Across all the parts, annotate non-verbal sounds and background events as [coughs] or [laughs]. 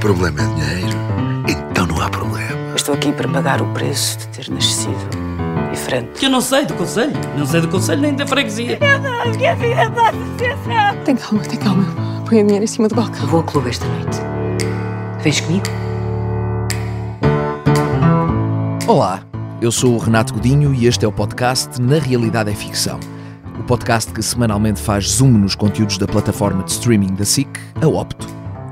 problema é dinheiro, então não há problema. Eu estou aqui para pagar o preço de ter nascido diferente. Que eu não sei do conselho, não sei do conselho nem da freguesia. Tem calma, tem calma. Põe a dinheiro em cima do balcão. Eu vou ao clube esta noite. Vens comigo? Olá, eu sou o Renato Godinho e este é o podcast Na Realidade é Ficção. O podcast que semanalmente faz zoom nos conteúdos da plataforma de streaming da SIC, a Opto.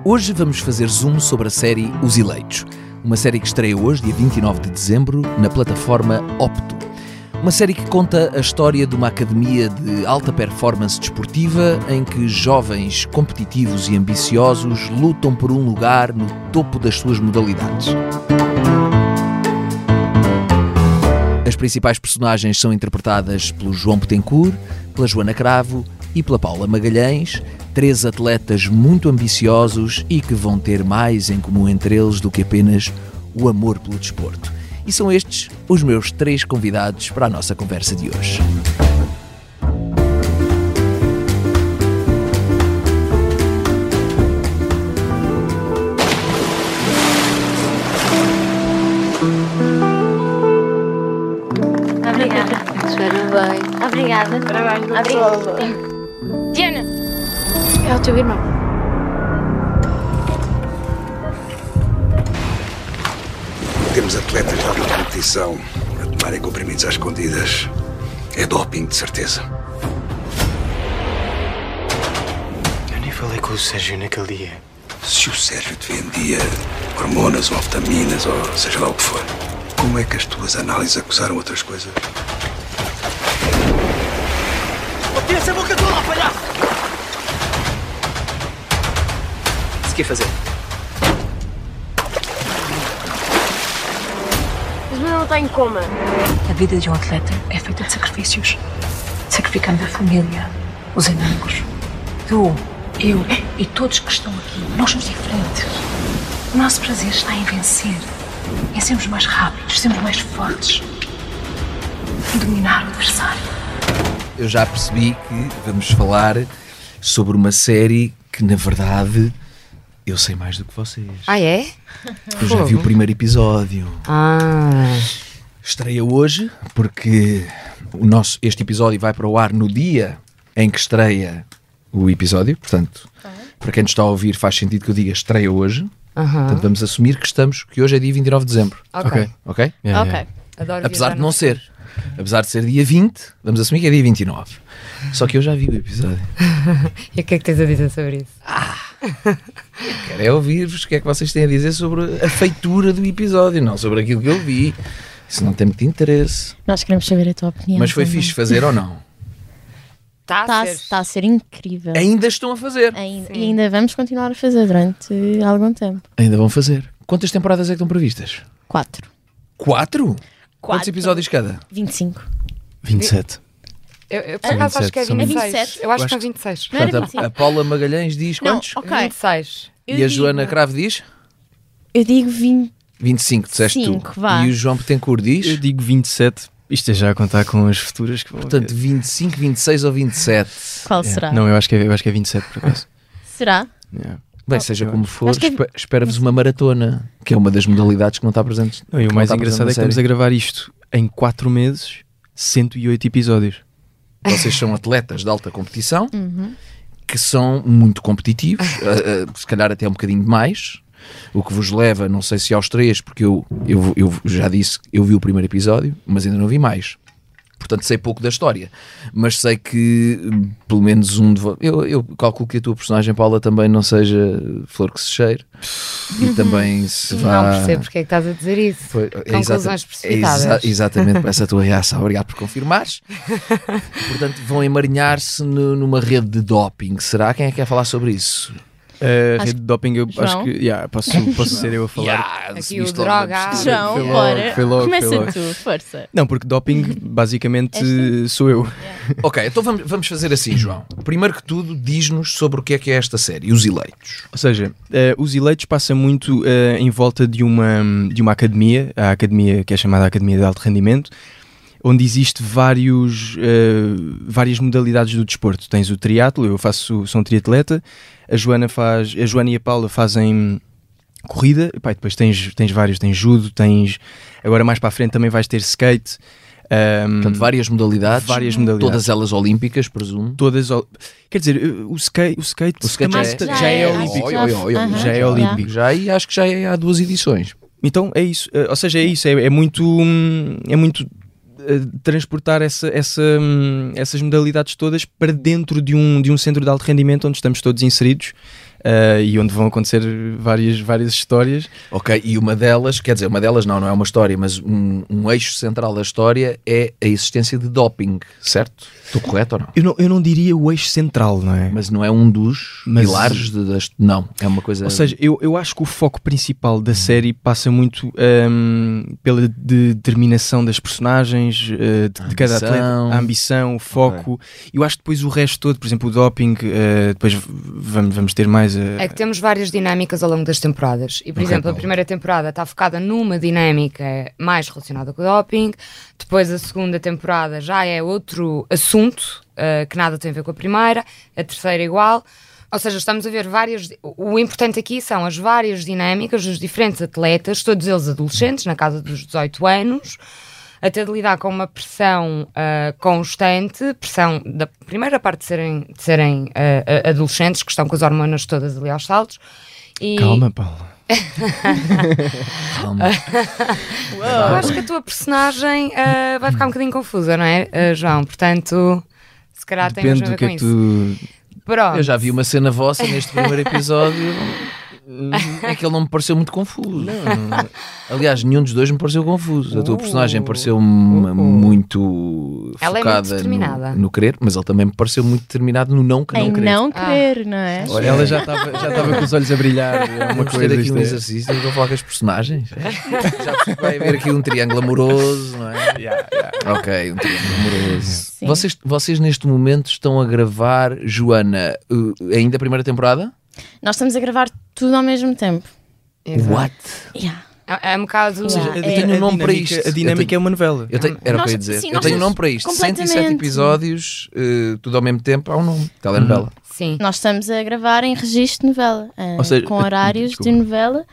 Hoje vamos fazer zoom sobre a série Os Eleitos, uma série que estreia hoje, dia 29 de dezembro, na plataforma Opto. Uma série que conta a história de uma academia de alta performance desportiva em que jovens competitivos e ambiciosos lutam por um lugar no topo das suas modalidades. As principais personagens são interpretadas pelo João Betancourt, pela Joana Cravo e pela Paula Magalhães, três atletas muito ambiciosos e que vão ter mais em comum entre eles do que apenas o amor pelo desporto. E são estes os meus três convidados para a nossa conversa de hoje. Obrigada. Cheira bem. Obrigada. Parabéns, Obrigada. Sim. Diana, É o teu irmão. Temos atletas de alta competição a tomarem comprimidos às escondidas. É doping, de certeza. Eu nem falei com o Sérgio naquele dia. Se o Sérgio te vendia hormonas ou vitaminas ou seja lá o que for, como é que as tuas análises acusaram outras coisas? Tira essa boca toda, palhaço! Se quer fazer? mas eu não tenho coma. A vida de um atleta é feita de sacrifícios. Sacrificando a família, os amigos. Tu, eu e todos que estão aqui, nós somos diferentes. O nosso prazer está em vencer. É sermos mais rápidos, sermos mais fortes. Dominar o adversário. eu já percebi que vamos falar sobre uma série que, na verdade, eu sei mais do que vocês. Ah, é? eu já vi o primeiro episódio. Ah, Estreia hoje, porque o nosso, este episódio vai para o ar no dia em que estreia o episódio. Portanto, Tá. para quem nos está a ouvir, faz sentido que eu diga estreia hoje. Portanto, vamos assumir que estamos, que hoje é dia 29 de dezembro. ok. Ok? Ok. Adoro Apesar viajar de não no- ser. Apesar de ser dia 20, vamos assumir que é dia 29. Só que eu já vi o episódio. [laughs] Ah, E o que é que tens a dizer sobre isso? Quero é ouvir-vos o que é que vocês têm a dizer sobre a feitura do episódio, não sobre aquilo que eu vi. Isso não tem muito interesse. Nós queremos saber a tua opinião. Mas foi então também. fixe fazer [laughs] ou não? Está Está a, tá a ser incrível. Ainda estão a fazer. Ainda, e ainda vamos continuar a fazer durante algum tempo. Ainda vão fazer. Quantas temporadas é que estão previstas? Quatro. Quatro? Quantos episódios cada? 25. 27. Eu, eu por acaso acho que é São 26. 27. Eu acho que é Gosto. 26. Não era Portanto, a, 25. a Paula Magalhães diz Não, quantos? ok. É. 26. Eu E a digo- Joana Cravo diz? Eu digo 20. 25, disseste Cinco, tu. vá. E o João Petencourt Eu diz? digo 27. Isto é já a contar com as futuras que vão Portanto, haver. 25, 26 ou 27. Qual Yeah. será? Não, eu acho, que é, eu acho que é 27 por acaso. Será? Yeah. Bem, seja como for, Acho que é- espe- espera-vos uma maratona, que é uma das modalidades que não está presente. [laughs] Não, e que o mais está engraçado é que presente na estamos a gravar isto em 4 meses, 108 episódios. Vocês são atletas de alta competição Uhum. que são muito competitivos, Ah. eh, eh, se calhar até um bocadinho mais. O que vos leva, não sei se aos três, porque eu, eu, eu já disse, eu vi o primeiro episódio, mas ainda não vi mais. Portanto, sei pouco da história, mas sei que hum, pelo menos um de vo- eu, eu calculo que a tua personagem, Paula, também não seja flor que se cheire e também se vá. Uhum. Não percebo porque é que estás a dizer isso. Foi- é Conclusões exata- precipitadas. é exa- exatamente para essa tua reação. Obrigado por confirmares. Portanto, vão emarinhar-se no- numa rede de doping. Será? Quem é que quer falar sobre isso? A Acho rede de doping, eu João? acho que. yeah, posso, [laughs] posso ser eu a falar. Yeah, Aqui subiste o logo na droga. postura. João, foi logo, bora. foi logo, Começa foi logo. tu, força. Não, porque [laughs] doping basicamente sou eu. Ok, então vamos, vamos fazer assim, João. Primeiro que tudo, diz-nos sobre o que é que é esta série, Os Eleitos. Ou seja, eh, os eleitos passam muito eh, em volta de uma, de uma academia, a academia que é chamada Academia de Alto Rendimento, onde existe vários, eh, várias modalidades do desporto. Tens o triatlo, eu faço, sou um triatleta, a Joana faz, a Joana e a Paula fazem corrida, e, pá, e depois tens, tens vários, tens judo, tens agora mais para a frente também vais ter skate. ehm, Portanto, várias modalidades, várias modalidades. todas elas olímpicas, presumo. todas ol- quer dizer, eh, o skate, o skate, O skate também já é- está- já já é é- olímpico. Oi, oi, oi, oi. Aham, já é olímpico. Já e acho que já é há duas edições. Então é isso, Eh, ou seja, é isso, é, é muito, hum, é muito eh, transportar essa, essa, hum, essas modalidades todas para dentro de um, de um centro de alto rendimento onde estamos todos inseridos eh, e onde vão acontecer várias, várias histórias. Ok, e uma delas, quer dizer, uma delas não, não é uma história, mas um, um eixo central da história é a existência de doping, certo? Estou correto ou não? Eu não, eu não diria o eixo central, não é? Mas não é um dos Mas- pilares de, das. Não, é uma coisa. Ou seja, eu, eu acho que o foco principal da série passa muito hum, pela de- determinação das personagens, eh, de, de cada Ambição. atleta, a ambição, o foco. Eu acho que depois o resto todo, por exemplo, o doping, eh, depois v- vamos, vamos ter mais. eh, É que temos várias dinâmicas ao longo das temporadas. E, por Ok, exemplo, a Paula. primeira temporada está focada numa dinâmica é mais relacionada com o doping, depois a segunda temporada já é outro assunto ah, que nada tem a ver com a primeira, a terceira igual. Ou seja, estamos a ver várias. O importante aqui são as várias dinâmicas dos diferentes atletas, todos eles adolescentes, na casa dos 18 anos, até de lidar com uma pressão ah, constante, pressão da primeira parte de serem, de serem ah, ah, adolescentes, que estão com as hormonas todas ali aos saltos. E Calma, Paula. Calma. Ah. Eu acho que a tua personagem ah, vai ficar um bocadinho confusa, não é, ah, João? Portanto, se calhar tem Depende mesmo a ver do que com é que isso. tu. Pronto. Eu já vi uma cena vossa neste [laughs] primeiro episódio. Hum, É que ele não me pareceu muito confuso. Aliás, nenhum dos dois me pareceu confuso. Oh. A tua personagem pareceu-me muito Ela é muito focada no- determinada. no, querer, mas ele também me pareceu muito determinado no não, que não Em querer. não querer, não é? Olha, Ela já estava já estava com os olhos a brilhar. É uma Vamos coisa. ter aqui isto um é- exercício em que eu vou falar com as [laughs] personagens. Já percebi que vai haver aqui um triângulo amoroso, não é? Yeah, yeah. Ok, um triângulo amoroso. Sim. Vocês, vocês neste momento estão a gravar, Joana, uh, ainda a primeira temporada? Nós estamos a gravar tudo ao mesmo tempo. Exato. What? Yeah. É, é um bocado. seja, A É. dinâmica- Tenho um nome para a dinâmica- isto. A dinâmica Eu tenho- é uma novela. Eu tenho, era o que eu ia Nós- dizer. sim, eu nós tenho um somos nome para isto. 107 completamente. episódios, eh, tudo ao mesmo tempo, há um nome. Telenovela. Sim. Nós estamos a gravar em registro de novela, eh, Ou seja, com horários de desculpa. novela,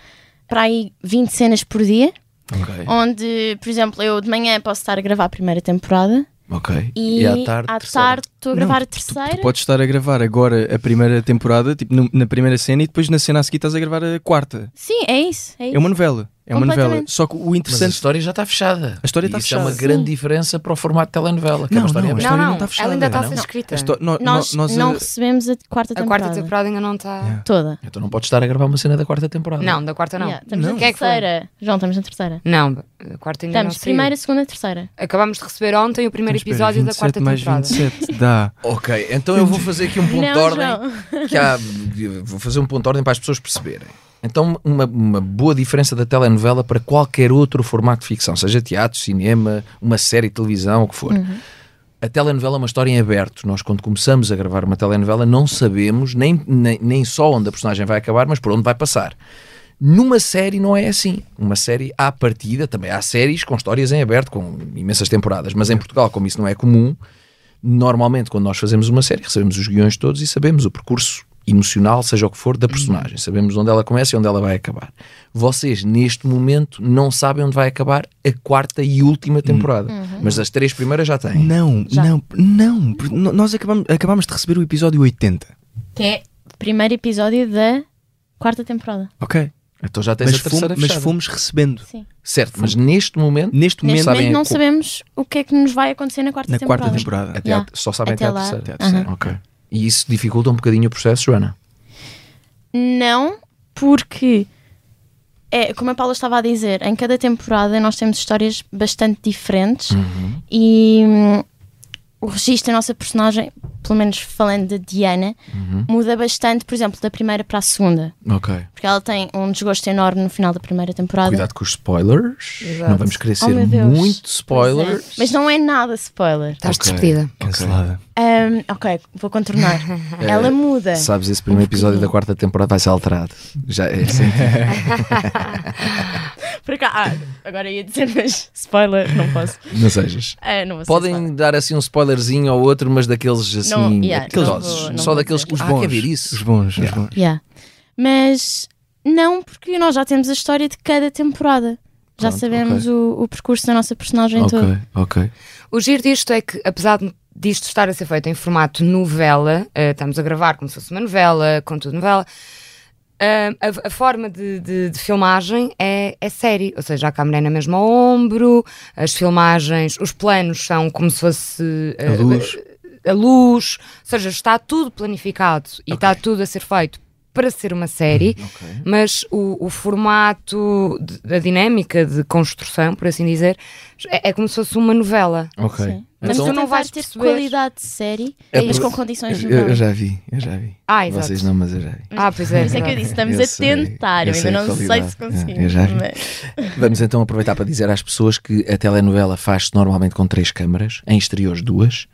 para aí 20 cenas por dia, Hum. Ok. É. onde, por exemplo, eu de manhã posso estar a gravar a primeira temporada Ok. e, terceira. tarde estou a Não, gravar a tu- tu terceira. Podes estar a gravar agora a primeira temporada, tipo no- na primeira cena, e depois na cena a seguir estás a gravar a quarta. Sim, é isso. É, isso. É uma novela. É uma Completamente. novela. Só que o Mas a interessante. história já está fechada. A história E está isso é uma fechada. grande diferença para o formato de telenovela. que é Não, uma história aberta. não, a Não, história não, não está fechada, ela ainda tá assim, está a não? ser escrita. a histó- nó- nó- Nós, nós, não eh, recebemos a quarta A temporada. quarta temporada ainda não está. Toda. Então não podes estar a gravar uma cena da quarta temporada. Não, da quarta não. Yeah, estamos Não. na Quem é que foi? terceira. João, estamos na terceira. Não, da quarta ainda Estamos não saiu. É primeira, segunda, terceira. Acabámos de receber ontem o primeiro espera, episódio da 27 quarta mais temporada. 27 [laughs] dá. Ok, então eu vou fazer aqui um ponto não, de ordem. João. Que há, vou fazer um ponto de ordem para as pessoas perceberem. Então, uma, uma boa diferença da telenovela para qualquer outro formato de ficção, seja teatro, cinema, uma série de televisão, o que for. A telenovela é uma história em aberto. Nós, quando começamos a gravar uma telenovela, não sabemos nem, nem, nem só onde a personagem vai acabar, mas por onde vai passar. Numa série não é assim. Uma série à partida, também há séries com histórias em aberto, com imensas temporadas, mas em Portugal, como isso não é comum, normalmente quando nós fazemos uma série recebemos os guiões todos e sabemos o percurso emocional, seja o que for, da personagem. Sabemos onde ela começa e onde ela vai acabar. Vocês, neste momento, não sabem onde vai acabar a quarta e última temporada. Mas as três primeiras já têm. Não, não, não. porque no- Nós acabamos, acabamos de receber o episódio 80. Que é o primeiro episódio da quarta temporada. Ok. Então já tens Mas, a terceira fomos, mas fechada. fomos recebendo. Sim. Certo, mas neste momento, Neste Neste momento, sabem momento não a co- sabemos o que é que nos vai acontecer na quarta na temporada. quarta temporada. até Yeah. à- só sabem Hum. até, Até à lá. terceira. Até à terceira. Aham. Ok. E isso dificulta um bocadinho o processo, Joana? Não, porque é, como a Paula estava a dizer, em cada temporada nós temos histórias bastante diferentes Uhum. e hum, o registro da nossa personagem, pelo menos falando da Diana, Uhum. muda bastante, por exemplo, da primeira para a segunda. Ok. Porque ela tem um desgosto enorme no final da primeira temporada. Cuidado com os spoilers. Não vamos querer Oh, ser meu Deus. muito spoilers. Pois é. Mas não é nada spoiler. Estás Ok. despedida. Cancelada. Hum, ok, vou [laughs] contornar. É, ela muda. Sabes, esse primeiro Um episódio da quarta temporada vai ser alterado. Já é assim. [laughs] Por acaso, ah, agora ia dizer, mas spoiler, não posso. não sejas. Ah, não vou ser spoiler. Podem dar assim um spoilerzinho ou outro, mas daqueles assim. Não, yeah, aqueles não doses. vou- não Só vou daqueles dizer. que os bons. Ah, quer ver isso? Os bons, os bons. Yeah. Mas Não, porque nós já temos a história de cada temporada. Já Pronto, sabemos o, o percurso da nossa personagem toda. ok. O giro disto é que, apesar de- disto estar a ser feito em formato novela, eh, estamos a gravar como se fosse uma novela, com tudo novela, eh, a, a forma de, de- de filmagem é, é série, ou seja, a câmera é na mesma ao ombro, as filmagens, os planos são como se fosse eh, A luz. a luz, ou seja, está tudo planificado e está tudo a ser feito para ser uma série, Uhum. mas o, o formato, de- a dinâmica de construção, por assim dizer, é, é como se fosse uma novela. Ok. Sim. Mas Então- é tu não vais Vai ter perceber. qualidade de série, mas com condições de eu, eu novela. já vi, eu já vi. Ah, então. exato. Vocês não, mas eu já vi. Ah, pois é, Por isso é que eu disse, estamos a tentar, eu ainda a não sei qualidade. se conseguimos, É, eu já vi. [laughs] mas- Vamos então aproveitar para dizer às pessoas que a telenovela faz-se normalmente com três câmaras, em exteriores duas,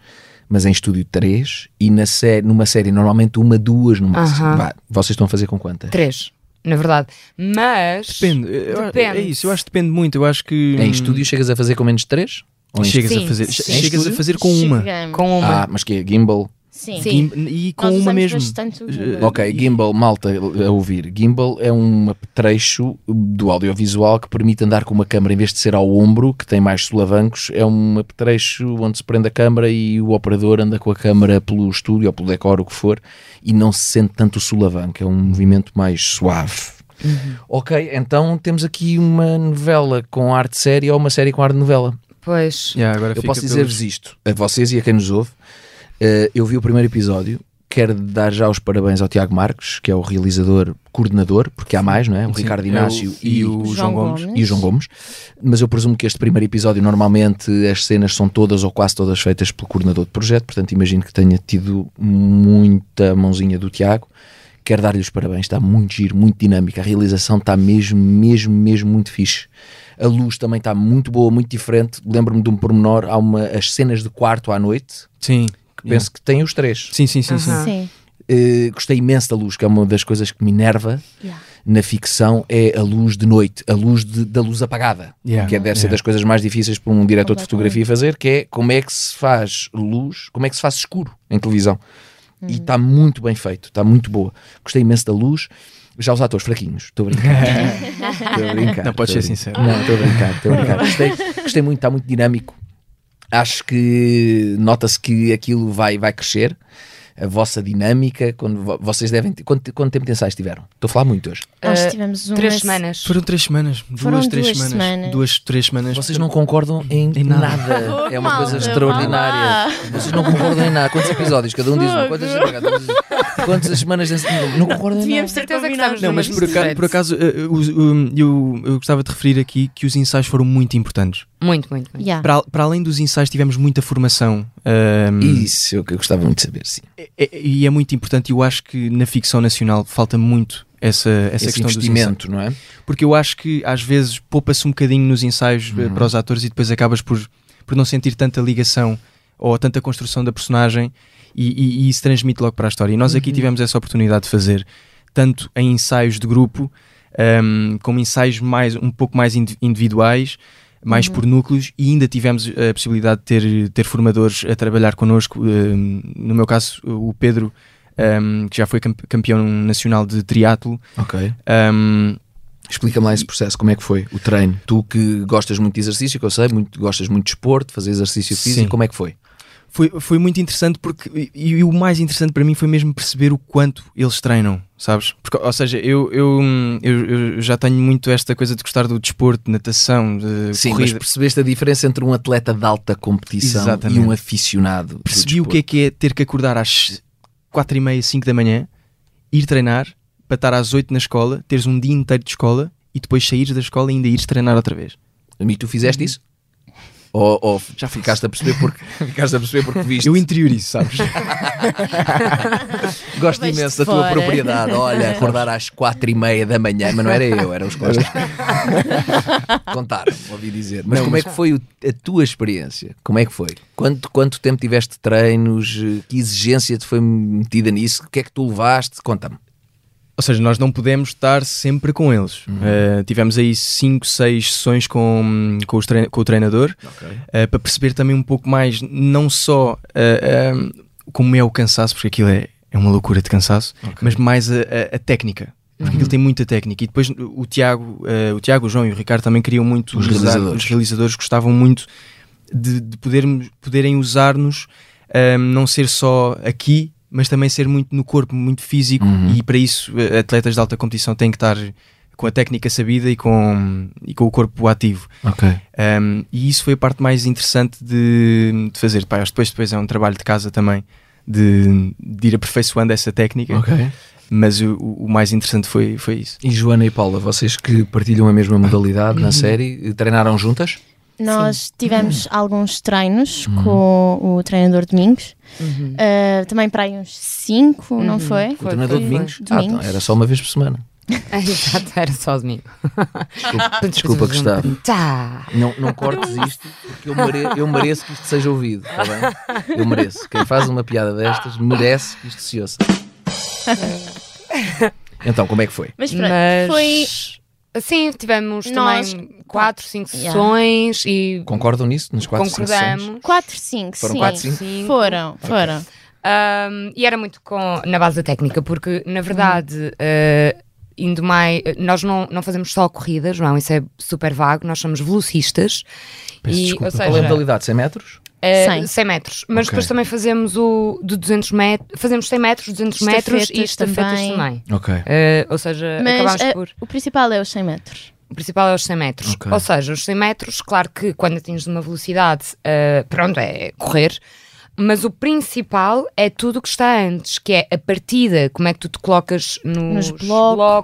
mas em estúdio três, e na sé numa série normalmente uma, duas no máximo. Aham. Vá, vocês estão a fazer com quantas? Três, na verdade. Mas. Depende. eu- Depende. É isso, eu acho que depende muito. Eu acho que. Em estúdio chegas a fazer com menos três? Ou em Chegas estúdio? a fazer, Em che- chegas a estúdio? fazer com uma. Chegamos. Com uma. Ah, mas que é gimbal? Sim. Sim. E com Nós uma usamos mesmo. bastante o Eh, Ok, gimbal, malta a ouvir. Gimbal é um trecho do audiovisual que permite andar com uma câmera em vez de ser ao ombro, que tem mais solavancos. É um trecho onde se prende a câmera e o operador anda com a câmera pelo estúdio ou pelo decor, o que for, e não se sente tanto o solavanco. É um movimento mais suave. Ok, então temos aqui uma novela com ar de série ou uma série com ar de novela. Pois. Yeah, agora eu fica posso dizer-vos pelos- isto, a vocês e a quem nos ouve. eh, eu vi o primeiro episódio. Quero dar já os parabéns ao Tiago Marques, que é o realizador coordenador, porque há mais, não é? O Sim, Ricardo é o- Inácio e o João João Gomes. Gomes. E o João Gomes. Mas eu presumo que este primeiro episódio, normalmente, as cenas são todas ou quase todas feitas pelo coordenador de projeto, portanto, imagino que tenha tido muita mãozinha do Tiago. Quero dar-lhe os parabéns, está muito giro, muito dinâmica. A realização está mesmo, mesmo, mesmo muito fixe. A luz também está muito boa, muito diferente. Lembro-me de um pormenor: há uma, as cenas de quarto à noite. Sim. Que penso que têm os três. Sim, sim, sim, sim. Aham. Sim. Eh, gostei imenso da luz, que é uma das coisas que me enerva Yeah. na ficção: é a luz de noite, a luz de- da luz apagada. Yeah. Que é- deve ser Yeah. das coisas mais difíceis para um diretor de Completamente. fotografia fazer, que é como é que se faz luz, como é que se faz escuro em televisão. E está muito bem feito, está muito boa. Gostei imenso da luz. Já os atores fraquinhos, estou a [laughs] brincar. Estou a brincar. Não, podes estou a brin- ser sincero. Não, estou a brincar, estou a brincar. Gostei, gostei muito, está muito dinâmico. Acho que nota-se que aquilo vai, vai crescer. A vossa dinâmica, quando vo- vocês devem. ter- Quanto, quanto tempo de ensaios tiveram? Estou a falar muito hoje. Nós Eh, tivemos uma Três se- semanas. Foram três semanas. Duas, Foram três duas semanas. semanas. Duas, três semanas. Vocês não concordam em, nada. nada. É uma coisa Malta, extraordinária. vá lá. Vocês não concordam em nada. Quantos episódios? Cada um diz um. Quantas, quantas semanas de ensaios? Não é concordam em nada. Devíamos ter combinado. Não, mas por acaso, é por acaso, eh, eh, os- um, eu, eu gostava de referir aqui que os ensaios foram muito importantes. Muito, muito, muito. Yeah. Para, al- para além dos ensaios, tivemos muita formação. Hum. Isso é o que eu gostava muito de saber, sim. e é muito importante. Eu acho que na ficção nacional falta muito essa, essa Esse questão dos investimento, não é? Porque eu acho que às vezes poupa-se um bocadinho nos ensaios eh, para os atores e depois acabas por, por não sentir tanta ligação ou tanta construção da personagem e, e- e isso transmite logo para a história. E nós aqui Uhum. tivemos essa oportunidade de fazer tanto em ensaios de grupo ehm, como ensaios mais, um pouco mais indi- individuais, mais por núcleos e ainda tivemos a possibilidade de ter, ter formadores a trabalhar connosco. ehm, no meu caso, o Pedro, ehm, que já foi campe- campeão nacional de triatlo. Ok. Ehm, Explica-me lá esse processo, como é que foi o treino? Tu que gostas muito de exercício, que eu sei, muito, gostas muito de desporto, fazer exercício físico, Sim. como é que foi? Foi, foi muito interessante porque e, e o mais interessante para mim foi mesmo perceber o quanto eles treinam, sabes? Porque, ou seja, eu, eu, hum, eu, eu já tenho muito esta coisa de gostar do desporto, natação, de Sim, mas corrida. percebeste a diferença entre um atleta de alta competição Exatamente. e um aficionado. do Percebi o desporto. que é que é ter que acordar às 4 e meia, 5 da manhã, ir treinar, para estar às 8 na escola, teres um dia inteiro de escola e depois saíres da escola e ainda ires treinar outra vez. E tu fizeste isso? Ou, ou Uhum. já ficaste a perceber porque [laughs] ficaste a perceber porque viste? Eu interiorizo, [laughs] sabes? Gosto Vais-te imenso da tua fora. propriedade. Olha, acordar às quatro e meia da manhã, mas não era eu, eram os [laughs] costas. Contaram, ouvi dizer. Mas Não, como mas- é que foi o- a tua experiência? Como é que foi? Quanto, quanto tempo tiveste de treinos? Eh, Que exigência te foi metida nisso? O que é que tu levaste? Conta-me. Ou seja, nós não podemos estar sempre com eles. Uhum. Eh, tivemos aí 5, 6 sessões com, com, os trein- com o treinador eh, para perceber também um pouco mais, não só eh, eh, como é o cansaço, porque aquilo é, é uma loucura de cansaço, mas mais a, a- a técnica. Porque Uhum. ele tem muita técnica. E depois o Tiago, eh, o Tiago, o João e o Ricardo também queriam muito Os usar- realizadores. os realizadores gostavam muito de, de podermos, poderem usar-nos, ehm, não ser só aqui, mas também ser muito no corpo, muito físico, e para isso eh, atletas de alta competição têm que estar com a técnica sabida e com, e com o corpo ativo. Ok. Ehm, e isso foi a parte mais interessante de, de fazer. Pá, acho que depois, depois é um trabalho de casa também de, de ir aperfeiçoando essa técnica. Ok. Mas o, o mais interessante foi, foi isso. E Joana e Paula, vocês que partilham a mesma modalidade na série, treinaram juntas? Nós Uhum. tivemos alguns treinos com o treinador Domingos. Uhum. Ah, também para aí uns 5, não Uhum. foi? O treinador Domingos? Ah, então, era só uma vez por semana. [laughs] Exato, era só domingo. [laughs] Desculpa, desculpa Gustavo. um Tá. Não, não cortes isto, porque eu, mere- eu mereço que isto seja ouvido, está bem? Eu mereço. Quem faz uma piada destas merece que isto se ouça. [laughs] Então, como é que foi? Mas pronto, foi. Assim, tivemos Nós- também 4, 5 Yeah. sessões e Concordam nisso? Nos quatro cinco sessões? concordamos. 4, 5, Foram sim. quatro, cinco? Foram, foram. Um, e era muito com, na base da técnica, porque Uhum. na verdade, eh, indo mais, eh, nós não, não fazemos só corridas, João, isso é super vago, nós somos velocistas. Peço e, desculpa. ou Qual é a seja, modalidade? 100 metros? eh, 100. 100 metros, mas Ok. depois também fazemos o de 200 metros, fazemos 100 metros, 200 metros e Estafetas estafetas também. também. Ok. Eh, ou seja, Mas acabámos ah, por. o principal é os 100 metros. O principal é os 100 metros. Ok. Ou seja, os 100 metros, claro que quando atinges uma velocidade, ah, pronto, é correr. Mas o principal é tudo o que está antes, que é a partida, como é que tu te colocas nos, Nos blocos,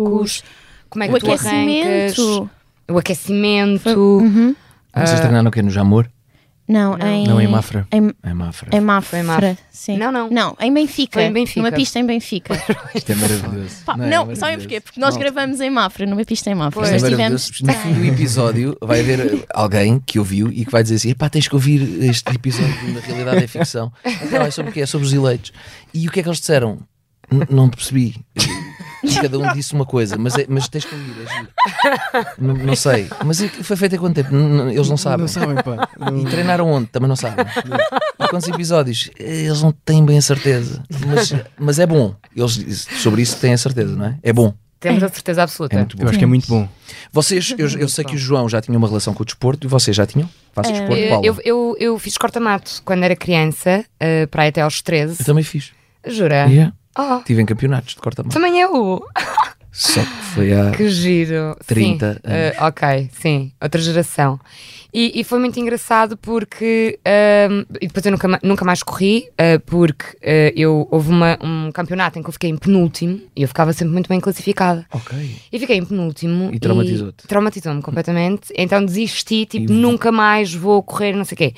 blocos, como é que o tu arrancas, aquecimento. o aquecimento. Uhum. Vocês treinaram o quê? No Jamor? Não, em. Não, em Mafra. Em, É Mafra. em Mafra. Foi em Mafra. Sim. Não, não. Não, em Benfica. Foi em Benfica. Numa pista em Benfica. Isto é maravilhoso. Pá, é não, sabem maravilhoso? porquê? Porque nós gravamos em Mafra, numa pista em Mafra. Isto Nós é tivemos. maravilhoso. No fim do episódio vai haver alguém que ouviu e que vai dizer assim: epá, tens que ouvir este episódio de na realidade é ficção. Não, é sobre o quê? É sobre os eleitos. E o que é que eles disseram? N- não percebi. Cada um disse uma coisa, mas, é- mas tens que ouvir, é giro. Não, não sei. Mas é que foi feito há quanto tempo? N- n- eles não sabem. pá. E treinaram onde? Também não sabem. E quantos episódios? Eles não têm bem a certeza. Mas, mas é bom. Eles sobre isso têm a certeza, não é? É bom. Temos a certeza absoluta. É muito bom. Eu acho que é muito bom. Vocês, eu, eu sei que o João já tinha uma relação com o desporto e vocês já tinham? Fazes desporto, Eh, Paulo? eu, eu, eu fiz corta-mato quando era criança, ah, para aí até aos 13. Eu também fiz. Jura? Yeah. Oh, Tive em campeonatos de corta-mão. também eu. Só que foi há. Que giro. 30 Sim, eh, ok, sim, outra geração. E, e foi muito engraçado porque. ahm, e depois eu nunca, ma- nunca mais corri, ah, porque ah, eu, houve uma- um campeonato em que eu fiquei em penúltimo e eu ficava sempre muito bem classificada. Ok. E fiquei em penúltimo. E traumatizou-te. Traumatizou-me completamente. Então desisti, tipo, E- nunca mais vou correr, não sei o quê.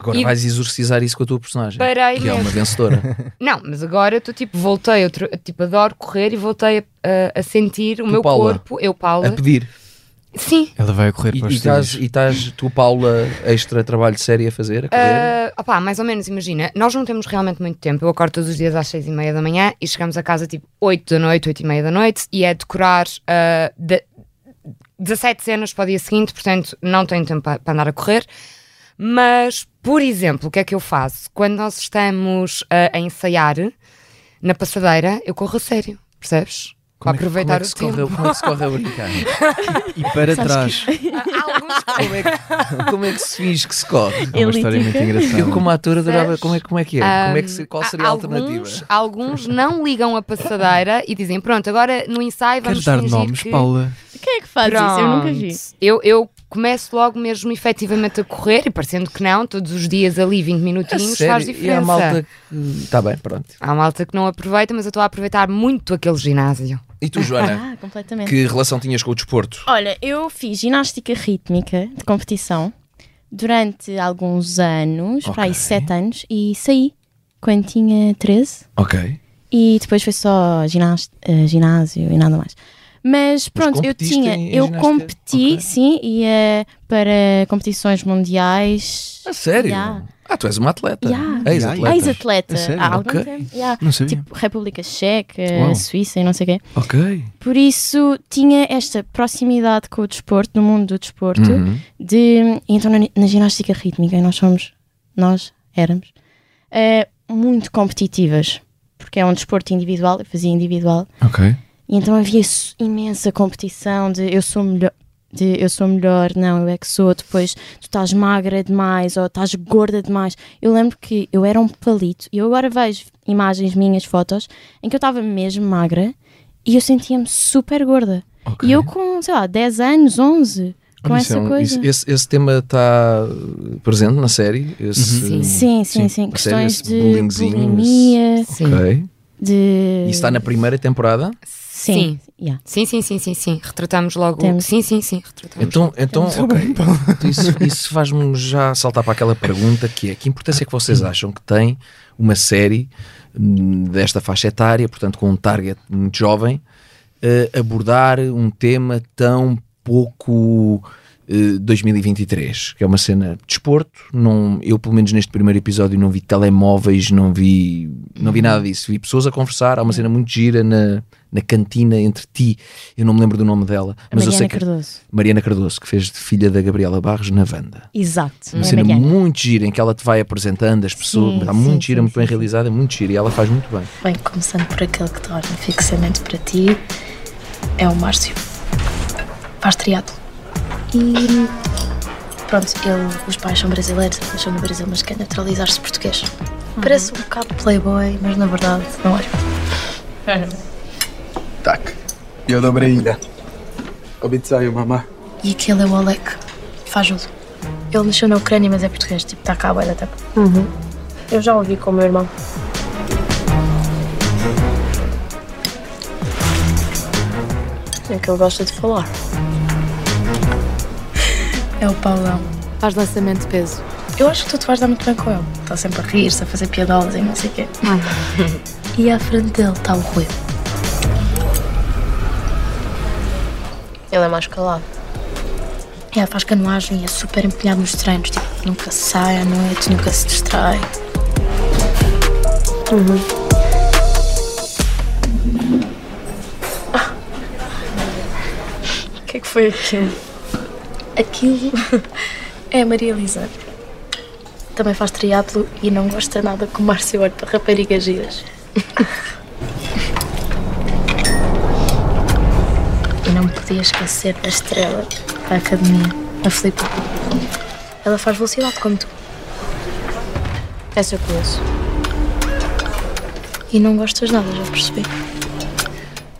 Agora E- vais exorcizar isso com a tua personagem. Parei que é mesmo. uma vencedora. [laughs] Não, mas agora eu estou tipo, voltei, eu, tro- tipo, adoro correr e voltei a, a- a sentir o meu Paula. corpo, eu, Paula. a pedir. Sim, Ela vai a correr E para os e estás, e estás tu, Paula, extra trabalho de série a fazer? A correr? Ah, opá, mais ou menos, imagina, nós não temos realmente muito tempo. Eu acordo todos os dias às seis e meia da manhã e chegamos a casa tipo 8 da noite, 8 e meia da noite e é decorar ah, de- 17 cenas para o dia seguinte, portanto não tenho tempo pa- para andar a correr. Mas, por exemplo, o que é que eu faço? Quando nós estamos ah, a ensaiar na passadeira, eu corro a sério, percebes? para Como é que- aproveitar como é que se o corre, tempo. Como é que se corre a brincar? [laughs] E para trás. Há alguns [laughs] Como é que, como é que se finge que se corre? É uma história muito engraçada. Eu, como ator, adorava. Como é, como é que é? Ah, Como é que se- qual há- seria a alguns, alternativa? Alguns não ligam a passadeira e dizem: Pronto, agora no ensaio vamos Queres dar fingir nomes, que... Paula? Quem é que faz isso? Eu nunca vi. Pronto. Eu, eu começo logo mesmo efetivamente a correr e parecendo que não, todos os dias ali 20 A minutinhos sério? faz E diferença. a malta. Está bem, pronto. Há malta que não aproveita, mas eu estou a aproveitar muito aquele ginásio. E tu, Joana? Ah, completamente. É. que relação tinhas com o desporto? Olha, eu fiz ginástica rítmica de competição durante alguns anos, para aí Ok. 7 anos, e saí quando tinha 13. Ok. E depois foi só ginás- eh, ginásio e nada mais. Mas pronto, eu competiste tinha, em- em eu ginástica? competi, Ok. sim, ia para competições mundiais. A sério? Yeah. Ah, tu és uma atleta. Yeah. Ex-atleta. Ex-atleta A sério? há algum É Ok. tempo. Yeah. Não sabia. Tipo República Checa, Uau. Suíça e não sei o quê. Ok. Por isso tinha esta proximidade com o desporto, no mundo do desporto, de então na, na ginástica rítmica nós somos, nós éramos eh, muito competitivas, porque é um desporto individual, eu fazia individual Ok. E então havia su- imensa competição de eu sou melhor. De eu sou melhor, não, eu é que sou. Depois tu estás magra demais ou estás gorda demais. Eu lembro que eu era um palito e eu agora vejo imagens minhas, fotos, em que eu estava mesmo magra e eu sentia-me super gorda. E eu com, sei lá, 10 anos, 11, com Olha, isso essa é um- coisa. isso- esse, esse tema está presente na série? Esse, Sim, sim, sim. sim. na série, Questões esse de bullyingzinho, esse- bulimia, Ok. de... E está na primeira temporada? Sim. Yeah. Sim, sim, sim, sim, sim. Retratamos logo. Temos. Sim, sim, sim. Retratamos. Então, então Tá ok. Então, bem, Isso, isso faz-me já saltar para aquela pergunta que é que importância é que vocês acham que tem uma série hum, desta faixa etária, portanto com um target muito jovem, eh, abordar um tema tão pouco eh, 2023, que é uma cena de desporto, não, eu pelo menos neste primeiro episódio não vi telemóveis, não vi, não vi nada disso, vi pessoas a conversar, há uma cena muito gira na, na cantina entre ti, eu não me lembro do nome dela, A mas eu Mariana sei que Cardoso. Mariana Cardoso, que fez de filha da Gabriela Barros na Wanda. Exato. Uma é cena Mariana. muito gira em que ela te vai apresentando as pessoas, Sim, mas está sim, muito gira, muito bem realizada, muito gira e ela faz muito bem. Bem, começando por aquele que torna fixamente para ti, é o Márcio. Faz triatlo. E pronto, ele, os pais são brasileiros, eles são do Brasil, mas quer naturalizar-se português. Parece um bocado playboy, mas na verdade não é. [laughs] Tak, eu dobrei ilha. Obiecaju, mamá. E aquele é o Alec. Faz judo. Ele nasceu na Ucrânia, mas é português, tipo, está cá a bué da tempo. Eu já ouvi com o meu irmão. É que ele gosta de falar. É o Paulão. Faz lançamento de peso. Eu acho que tu te vais dar muito bem com ele. Está sempre a rir-se, a fazer piadolas e não sei o quê. E à frente dele está o Rui. Ele é mais calado. Ela faz canoagem e é super empenhado nos treinos. Tipo, nunca sai à noite, nunca se distrai. O que é que foi aquilo? [laughs] Aquilo é a Maria Elisa. Também faz triatlo e não gosta nada que o Márcio olhe para raparigas giras. E [laughs] não me podia esquecer da estrela da academia, a Filipe. Ela faz velocidade como tu. Essa eu conheço. E não gostas nada, já percebi.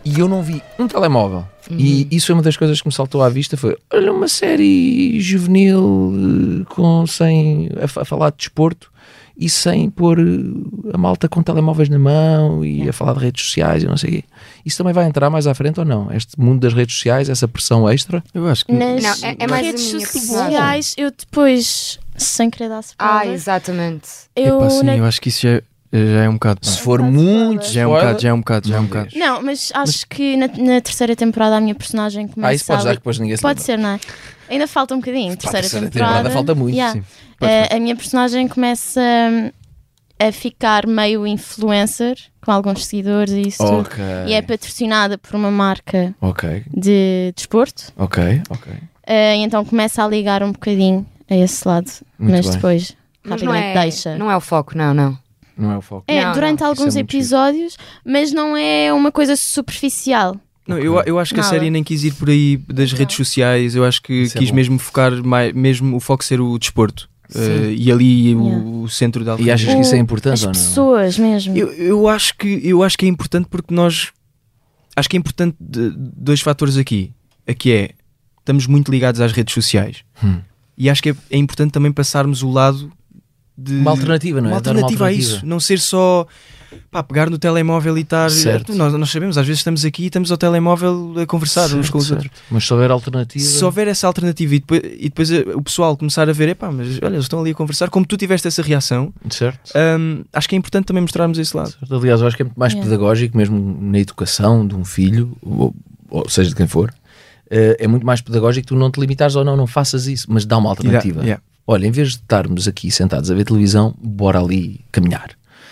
E eu não vi um telemóvel. Uhum. E isso foi uma das coisas que me saltou à vista foi, olha uma série juvenil eh, com sem a, fa- falar de desporto e sem pôr eh, a malta com telemóveis na mão e É. a falar de redes sociais e não sei o quê. Isso também vai entrar mais à frente ou não? Este mundo das redes sociais, essa pressão extra? Eu acho Nas Não, é- é mais a redes minha que sociais, eu depois, sem querer dar Ah, spoiler, exatamente. eu Epá, sim, na- eu acho que isso já, já é um bocado. Se for muito. Já é um bocado, já é um bocado, já é um bocado. Não, mas acho que na, na terceira temporada a minha personagem começa. Ah, isso podes ali- dar que depois ninguém se Pode ser, não é? Ainda falta um bocadinho. terceira, terceira temporada. temporada falta muito, Yeah. sim. Eh, a minha personagem começa hum, a ficar meio influencer, com alguns seguidores e isso. tudo. Ok. E é patrocinada por uma marca Ok. de desporto. Ok, ok. Eh, então começa a ligar um bocadinho a esse lado, Muito mas bem. depois Mas não rapidamente é- deixa. Não é o foco, não, não. Não é o foco. É, durante alguns episódios, mas não é uma coisa superficial. Não, eu, eu acho que a Nada. série nem quis ir por aí das redes sociais, eu acho que quis mesmo focar mais, mesmo o foco ser o desporto. Sim. Eh, e ali o, o centro da E achas que isso é importante As ou não? pessoas mesmo. Eu, eu acho que, eu acho que é importante porque nós. Acho que é importante de- dois fatores aqui. Aqui é. Estamos muito ligados às redes sociais. Hum. E acho que é, é importante também passarmos o lado de. Uma alternativa, não é? Uma Dar uma alternativa, a alternativa. isso. Não ser só. Pá, pegar no telemóvel e estar. Certo. Nós, nós sabemos, às vezes estamos aqui e estamos ao telemóvel a conversar uns Certo, com os certo. outros. Mas se houver alternativa. Se houver essa alternativa e depois, e depois eh, o pessoal começar a ver, epá, mas olha, eles estão ali a conversar, como tu tiveste essa reação, Certo. hum, acho que é importante também mostrarmos esse lado. Aliás, eu acho que é muito mais pedagógico, mesmo na educação de um filho, ou, ou seja de quem for, eh, é muito mais pedagógico tu não te limitares ou não, não faças isso, mas dá uma alternativa. yeah. Olha, em vez de estarmos aqui sentados a ver televisão, bora ali caminhar.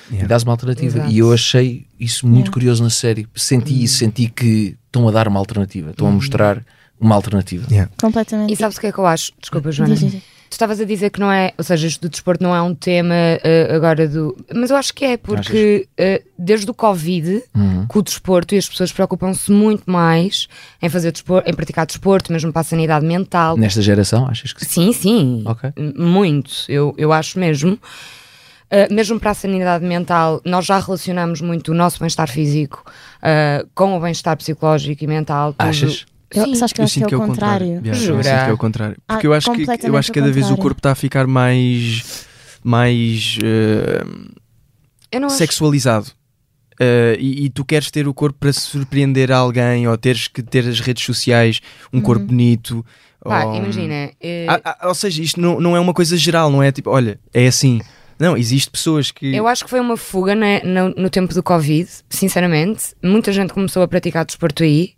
E dás uma alternativa. Exato. E eu achei isso muito Yeah. curioso na série. Senti isso, senti que estão a dar uma alternativa, estão a Uhum. mostrar uma alternativa. Completamente. E sabes o que é que eu acho? Desculpa, Joana. Diz, diz, diz. Tu estavas a dizer que não é, ou seja, isto do desporto não é um tema eh, agora do. Mas eu acho que é, porque eh, desde o Covid, Uhum. com o desporto, e as pessoas preocupam-se muito mais em fazer desporto, em praticar desporto, mesmo para a sanidade mental. Né? Nesta geração, achas que sim? Sim, sim. M- Muito, eu, eu acho mesmo. Uh, mesmo para a sanidade mental, nós já relacionamos muito o nosso bem-estar físico uh, com o bem-estar psicológico e mental. tudo. Achas? Eu- sabes que eu acho que é o contrário. Yeah, eu Jura? sinto que é o contrário. Ah, Porque eu acho que eu completamente acho o que cada vez o contrário. corpo está a ficar mais mais eh, Eu não acho- sexualizado. Eh, e, e tu queres ter o corpo para surpreender alguém ou teres que ter as redes sociais um Uhum. corpo bonito. Pá, ou- imagina, eh, Oh. Ah, ah, ou seja, isto não, não é uma coisa geral, não é tipo, olha, é assim. Não, existe pessoas que Eu acho que foi uma fuga né, no, no tempo do Covid, sinceramente. Muita gente começou a praticar desporto aí.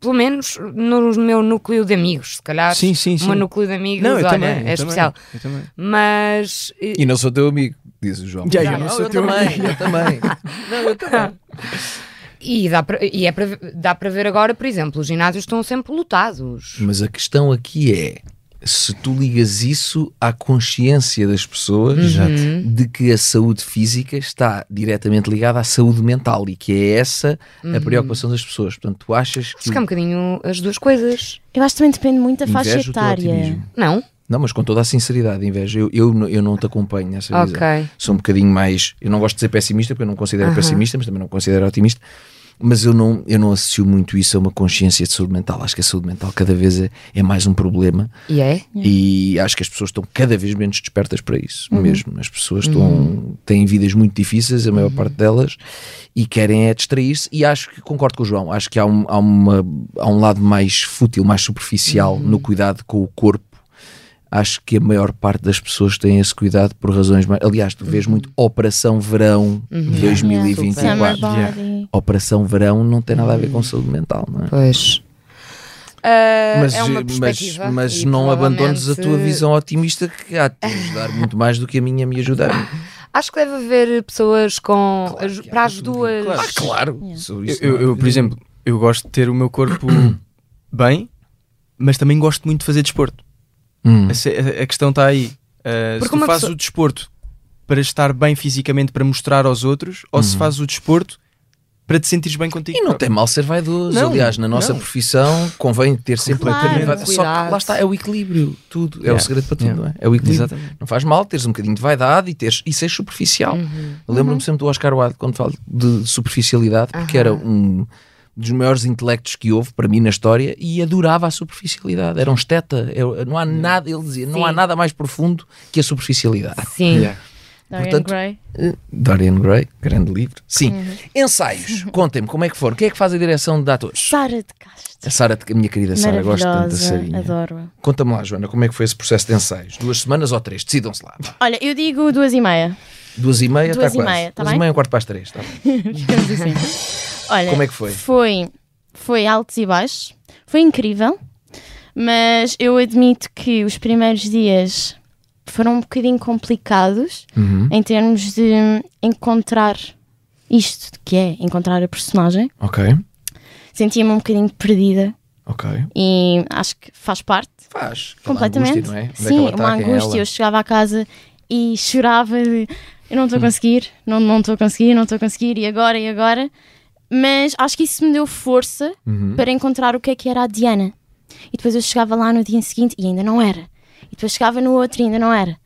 Pelo menos no meu núcleo de amigos, se calhar. Sim, sim, O meu sim. núcleo de amigos Não, eu olha, também, eu é também, especial. eu também. Mas. [laughs] eh, E não sou teu amigo, diz o João. Já, eu não sou teu também, amigo. Eu também. [laughs] E, dá pra, e é pra, dá para ver agora, por exemplo, os ginásios estão sempre lotados. Mas a questão aqui é se tu ligas isso à consciência das pessoas Uhum. Exato. de que a saúde física está diretamente ligada à saúde mental e que é essa a Uhum. preocupação das pessoas. Portanto, tu achas que. Acho que é um bocadinho as duas coisas. Eu acho que também depende muito da faixa Invejo o teu etária. é? otimismo. Não? Não, mas com toda a sinceridade, inveja, eu, eu, n- eu não te acompanho nessa Ok. visão. Sou um bocadinho mais. Eu não gosto de ser pessimista, porque eu não considero Aham. pessimista, mas também não considero otimista. Mas eu não, eu não associo muito isso a uma consciência de saúde mental. Acho que a saúde mental cada vez é, é mais um problema. E é? E acho que as pessoas estão cada vez menos despertas para isso Uhum. mesmo. As pessoas estão, Uhum. têm vidas muito difíceis, a maior parte delas, e querem é distrair-se. E acho que concordo com o João, acho que há um, há uma, há um lado mais fútil, mais superficial Uhum. no cuidado com o corpo. Acho que a maior parte das pessoas tem esse cuidado por razões mais. Aliás, tu vês muito Operação Verão Uhum. Yeah. 2024. Super. é Summer body. Operação Verão não tem nada a ver Uhum. com saúde mental, não é? Pois. Ah, Mas, é uma mas- perspectiva mas e não abandones a tua provavelmente- visão otimista que há de te ajudar muito mais do que a minha me ajudar. Acho que deve haver pessoas com. as- para as duas. Sobre Eu, isso não é eu- há eu, por dúvida. exemplo, eu gosto de ter o [coughs] meu corpo bem, mas também gosto muito de fazer desporto. Hum. A, se- a- a questão está aí. Uh, se Porque tu uma fazes pessoa- o desporto para estar bem fisicamente para mostrar aos outros, ou se Uhum. fazes o desporto para te sentires bem contigo. E não tem mal ser vaidoso. Não, Aliás, na nossa não. profissão convém ter sempre Completamente. vaidade. Só que lá está, é o equilíbrio, tudo. É o segredo para tudo, não é? É o equilíbrio. Exatamente. Não faz mal teres um bocadinho de vaidade e, teres, e seres superficial. Uhum. Eu Lembro-me sempre do Oscar Wilde quando falo de superficialidade, porque era um dos maiores intelectos que houve para mim na história e adorava a superficialidade. Era um esteta. Eu- não há Uhum. nada, ele dizia, não há nada mais profundo que a superficialidade. Sim. Dorian Gray. eh, Dorian Gray, grande livro. Sim. Uhum. [laughs] Ensaios, contem-me como é que foram. O que é que faz a direção de atores? Sara de Castro. A Sara, a minha querida Sara, gosto tanto da Maravilhosa. Sarinha. Adoro-a. Conta-me lá, Joana, como é que foi esse processo de ensaios? Duas semanas ou três? Decidam-se lá. Olha, eu digo duas e meia. Duas e meia, está Duas e quase. meia, tá Duas e bem? meia, um quarto para as três, está bem. [laughs] Digamos assim. Olha, Como é que foi? Foi, foi altos e baixos. Foi incrível. Mas eu admito que os primeiros dias foram um bocadinho complicados Uhum. em termos de encontrar isto, que é encontrar a personagem. Ok, Sentia-me um bocadinho perdida ok. e acho que faz parte. Faz. aquela Completamente. angústia, não é? Onde é que Sim, ela está, uma quem é angústia. ela? Eu chegava a casa e chorava de eu não estou Hum. a conseguir, não não estou a conseguir, não estou a conseguir, e agora, e agora. Mas acho que isso me deu força Uhum. para encontrar o que é que era a Diana. E depois eu chegava lá no dia seguinte e ainda não era. E depois chegava no outro e ainda não era.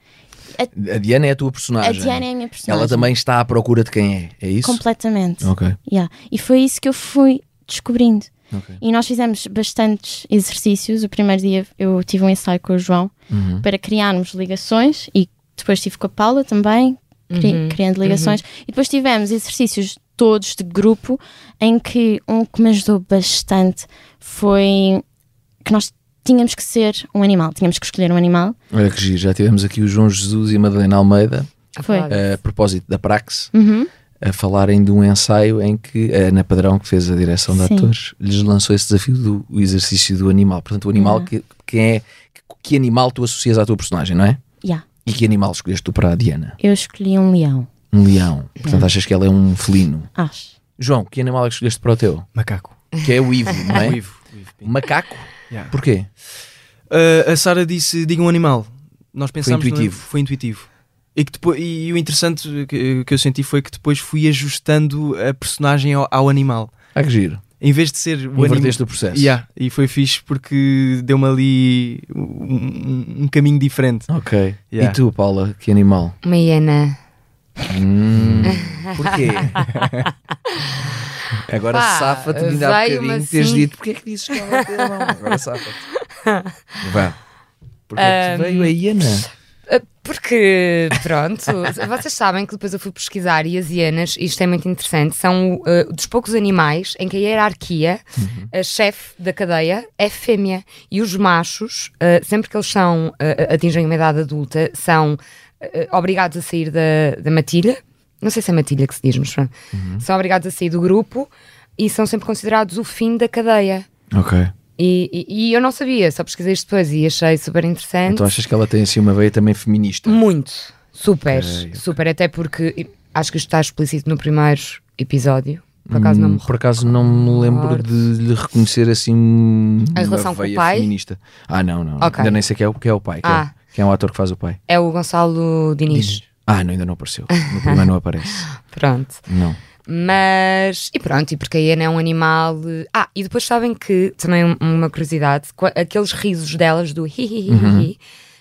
A Diana é a tua personagem. A Diana é a minha personagem. Ela também está à procura de quem é, é isso? Completamente. Ok. Yeah. E foi isso que eu fui descobrindo. Ok. E nós fizemos bastantes exercícios. O primeiro dia eu tive um ensaio com o João Uhum. para criarmos ligações e depois estive com a Paula também, cri- Uhum. criando ligações. E depois tivemos exercícios todos de grupo em que um que me ajudou bastante foi que nós tínhamos que ser um animal, tínhamos que escolher um animal. Olha que giro, já tivemos aqui o João Jesus e a Madalena Almeida Foi. Eh, a propósito da Praxe. Uhum. A falarem de um ensaio em que a Ana Padrão, que fez a direção de Sim. atores, lhes lançou esse desafio do o exercício do animal. Portanto, o animal Ah. que, que é que, que animal tu associas à tua personagem, não é? Yeah. E que animal escolheste tu para a Diana? Eu escolhi um leão. Um leão. Portanto, achas que ela é um felino. Acho. João, que animal é que escolheste para o teu? Macaco. Que é o Ivo, não é? [laughs] O Ivo, ah, Macaco? Yeah. Porquê? Uh, a Sara disse: diga um animal. Nós pensámos Foi intuitivo. Foi intuitivo. E, que depois, e o interessante que, que eu senti foi que depois fui ajustando a personagem ao, ao animal. Ah, que giro. Em vez de ser o Inverteste anima- o processo. Yeah, e foi fixe porque deu-me ali um- um, um caminho diferente. Ok. Yeah. E tu, Paula, que animal? Uma hiena. Hum. [laughs] Porquê? Agora Pá, safa-te ainda há veio-me bocadinho teres assim. dito porque é que dizes que ela tem mão. Agora [laughs] safa-te. Vá. Porque é que te Ahm, veio a hiena? Ah, Porque, pronto, [laughs] vocês sabem que depois eu fui pesquisar e as hienas, isto é muito interessante, são ah, dos poucos animais em que a hierarquia, a chefe da cadeia, é fêmea. E os machos, ah, sempre que eles são, ah, atingem uma idade adulta, são ah, obrigados a sair da, da matilha. Não sei se é matilha que se diz, mas pronto. São obrigados a sair do grupo e são sempre considerados o fim da cadeia. Ok. E, e- e eu não sabia, só pesquisei isto depois e achei super interessante. Então achas que ela tem assim uma veia também feminista? Muito. Super, Ok, ok. super. Até porque e- acho que isto está explícito no primeiro episódio. Por acaso não Hum, me por acaso não me lembro recordo. de lhe reconhecer assim A relação uma com o veia pai? feminista. Ah, não, não. Ok. Ainda nem sei quem é, o- quem é o pai. Quem, é, Ah. quem é o ator que faz o pai? É o Gonçalo Diniz. Ah, não, ainda não apareceu. No primeiro [laughs] não aparece. Pronto. Não. Mas, e pronto, e porque a hiena é um animal. eh, Ah, e depois sabem que, também um- uma curiosidade, qua- aqueles risos delas do hi hi hi hi, Uhum. hi,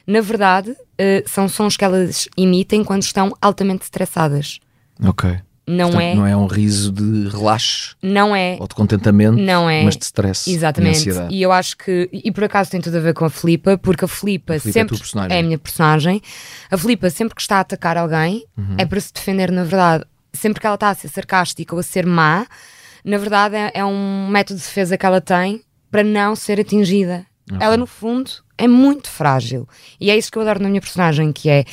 na verdade, eh, são sons que elas imitem quando estão altamente estressadas. Ok. Não Portanto, é- Não é um riso de relaxe. Não é. Ou de contentamento. Não é. Mas de stress. e Exatamente. ansiedade. E eu acho que. E por acaso tem tudo a ver com a Filipa, porque a Filipa A Filipa é a sempre. tua personagem. a minha personagem. A Filipa, sempre que está a atacar alguém, Uhum. é para se defender, na verdade. Sempre que ela está a ser sarcástica ou a ser má, na verdade é, é um método de defesa que ela tem para não ser atingida. Ok. Ela, no fundo, é muito frágil. E é isso que eu adoro na minha personagem, que é.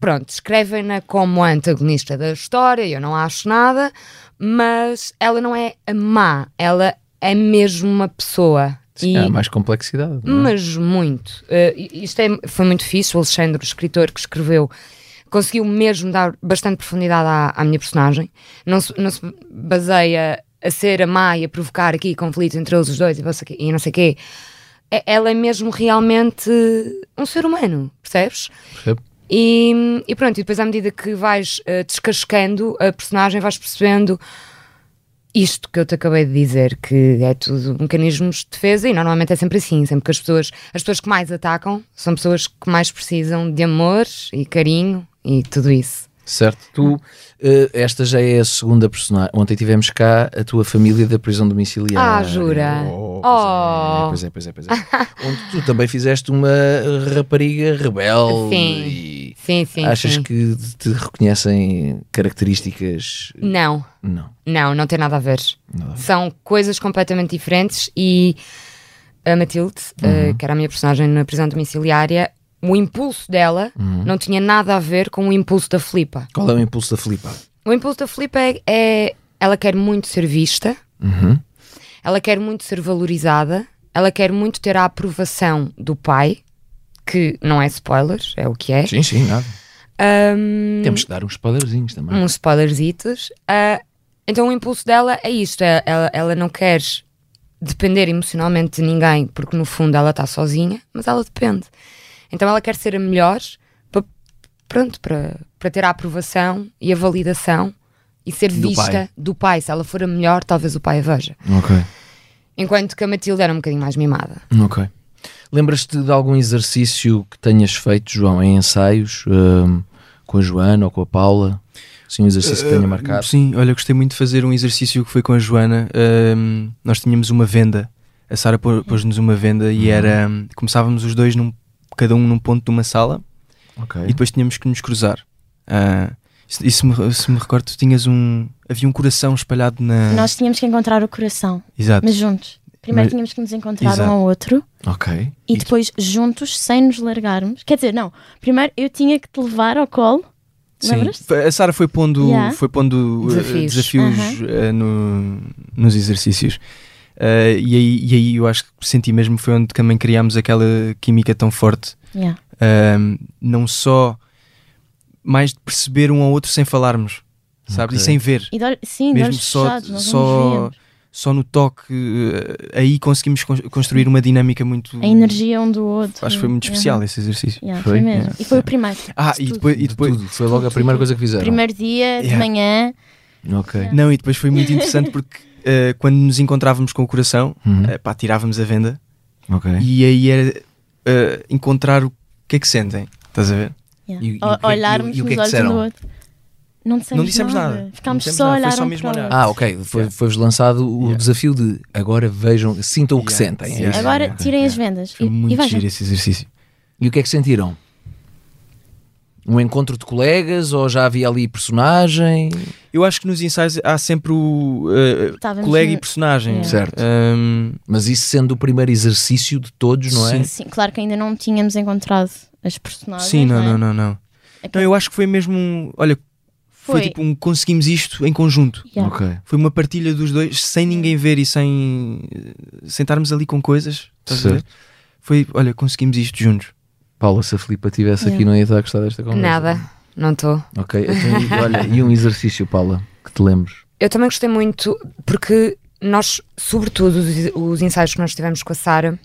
Pronto, escrevem-na como a antagonista da história, eu não acho nada, mas ela não é a má, ela é mesmo uma pessoa. Sim, E- há mais complexidade. não é? mas muito. Eh, isto é- foi muito fixe. O Alexandre, o escritor que escreveu, conseguiu mesmo dar bastante profundidade à, à minha personagem. Não se, não se baseia a ser a má e a provocar aqui conflitos entre eles os dois e não sei o quê. e não sei o quê. É- Ela é mesmo realmente um ser humano, percebes? Percebo. E, e pronto, e depois à medida que vais eh, descascando a personagem, vais percebendo isto que eu te acabei de dizer, que é tudo mecanismos de defesa, e normalmente é sempre assim, sempre que as pessoas, as pessoas que mais atacam são pessoas que mais precisam de amor e carinho e tudo isso. Certo. Tu, eh, esta já é a segunda personagem. Ontem tivemos cá a tua família da prisão domiciliar. ah, jura? Oh, Pois é, pois é, pois é. [laughs] Onde tu também fizeste uma rapariga rebelde. sim. sim, sim, Achas sim. que te reconhecem características? Não. Não. Não, não tem nada a ver. São coisas completamente diferentes e a Matilde, eh, que era a minha personagem na prisão domiciliária, o impulso dela Uhum. não tinha nada a ver com o impulso da Filipa. Qual é o impulso da Filipa? O impulso da Filipa é, é- Ela quer muito ser vista, Uhum. ela quer muito ser valorizada, ela quer muito ter a aprovação do pai, que não é spoilers, é o que é. Sim, sim, nada. Ahm, Temos que dar uns spoilerzinhos também. uns um spoilerzitos. Ah, então o impulso dela é isto: é- ela, ela não quer depender emocionalmente de ninguém, porque no fundo ela está sozinha, mas ela depende. Então ela quer ser a melhor pa- pronto, para, para ter a aprovação e a validação e ser Do vista pai. do pai. Se ela for a melhor, talvez o pai a veja. Ok. Enquanto que a Matilde era um bocadinho mais mimada. Ok. Lembras-te de algum exercício que tenhas feito, João, em ensaios hum, com a Joana ou com a Paula? Sim, um exercício que tenha Eh, marcado. Sim, olha, gostei muito de fazer um exercício que foi com a Joana. Ahm, nós tínhamos uma venda. A Sara pô- pôs-nos uma venda Uhum. e era. hum, Começávamos os dois, num, cada um num ponto de uma sala Ok. e depois tínhamos que nos cruzar. Ah, e se me, se me recordo, tu tinhas um. Havia um coração espalhado na. Nós tínhamos que encontrar o coração. Exato. Mas juntos. Primeiro Ah. Mas- tínhamos que nos encontrar Exato. um ao outro Ok. e depois juntos, sem nos largarmos. Quer dizer, não. Primeiro eu tinha que te levar ao colo. Sim. Lembras? A Sara foi pondo, Yeah. foi pondo eh, Desafios. desafios, eh, no- nos exercícios. Eh, e, aí, e aí eu acho que senti mesmo foi onde também criámos aquela química tão forte. Yeah. Ahm, não só mais de perceber um ao outro sem falarmos, sabe? Ok. E sem ver. E de olho- sim, de mesmo olhos só, fechados, nós não só, nos só no toque, eh, aí conseguimos construir uma dinâmica muito. A energia um do outro. hum, Acho que foi muito especial uhum. esse exercício. Yeah, foi? foi? mesmo. Yeah. E foi o primeiro. Ah, e depois, e depois. De foi logo a primeira coisa que fizeram. Primeiro dia, de yeah. manhã. Ok. Não, e depois foi muito interessante porque uh, quando nos encontrávamos com o coração, uhum. uh, pá, tirávamos a venda. Okay. E aí era uh, encontrar o que é que sentem. Estás a ver? Yeah. E, e é o, olharmos e, e, nos olhos um do outro. Não dissemos, não dissemos nada. nada. Ficámos só nada. a olhar. um Foi só mesmo olhar. Ah, ok. Foi-vos foi lançado o yeah. desafio de agora vejam, sintam yeah. o que sentem. Yeah. É agora tirem as vendas. Foi e, muito e giro esse exercício. E o que é que sentiram? Um encontro de colegas ou já havia ali personagem? Eu acho que nos ensaios há sempre o uh, colega no... e personagem. Certo. Um... Mas isso sendo o primeiro exercício de todos, não sim. é? Sim, claro que ainda não tínhamos encontrado as personagens. Sim, não, não, é? não, não. não. Okay. Então eu acho que foi mesmo. Olha, foi, tipo um conseguimos isto em conjunto. Yeah. Okay. Foi uma partilha dos dois sem ninguém ver e sem sentarmos ali com coisas. Foi, olha, conseguimos isto juntos. Paula, se a Filipa estivesse yeah. aqui, não ia estar a gostar desta conversa. Nada, não estou. Ok, então, olha, e um exercício, Paula, que te lembres? Eu também gostei muito, porque nós, sobretudo, os, os ensaios que nós tivemos com a Sara,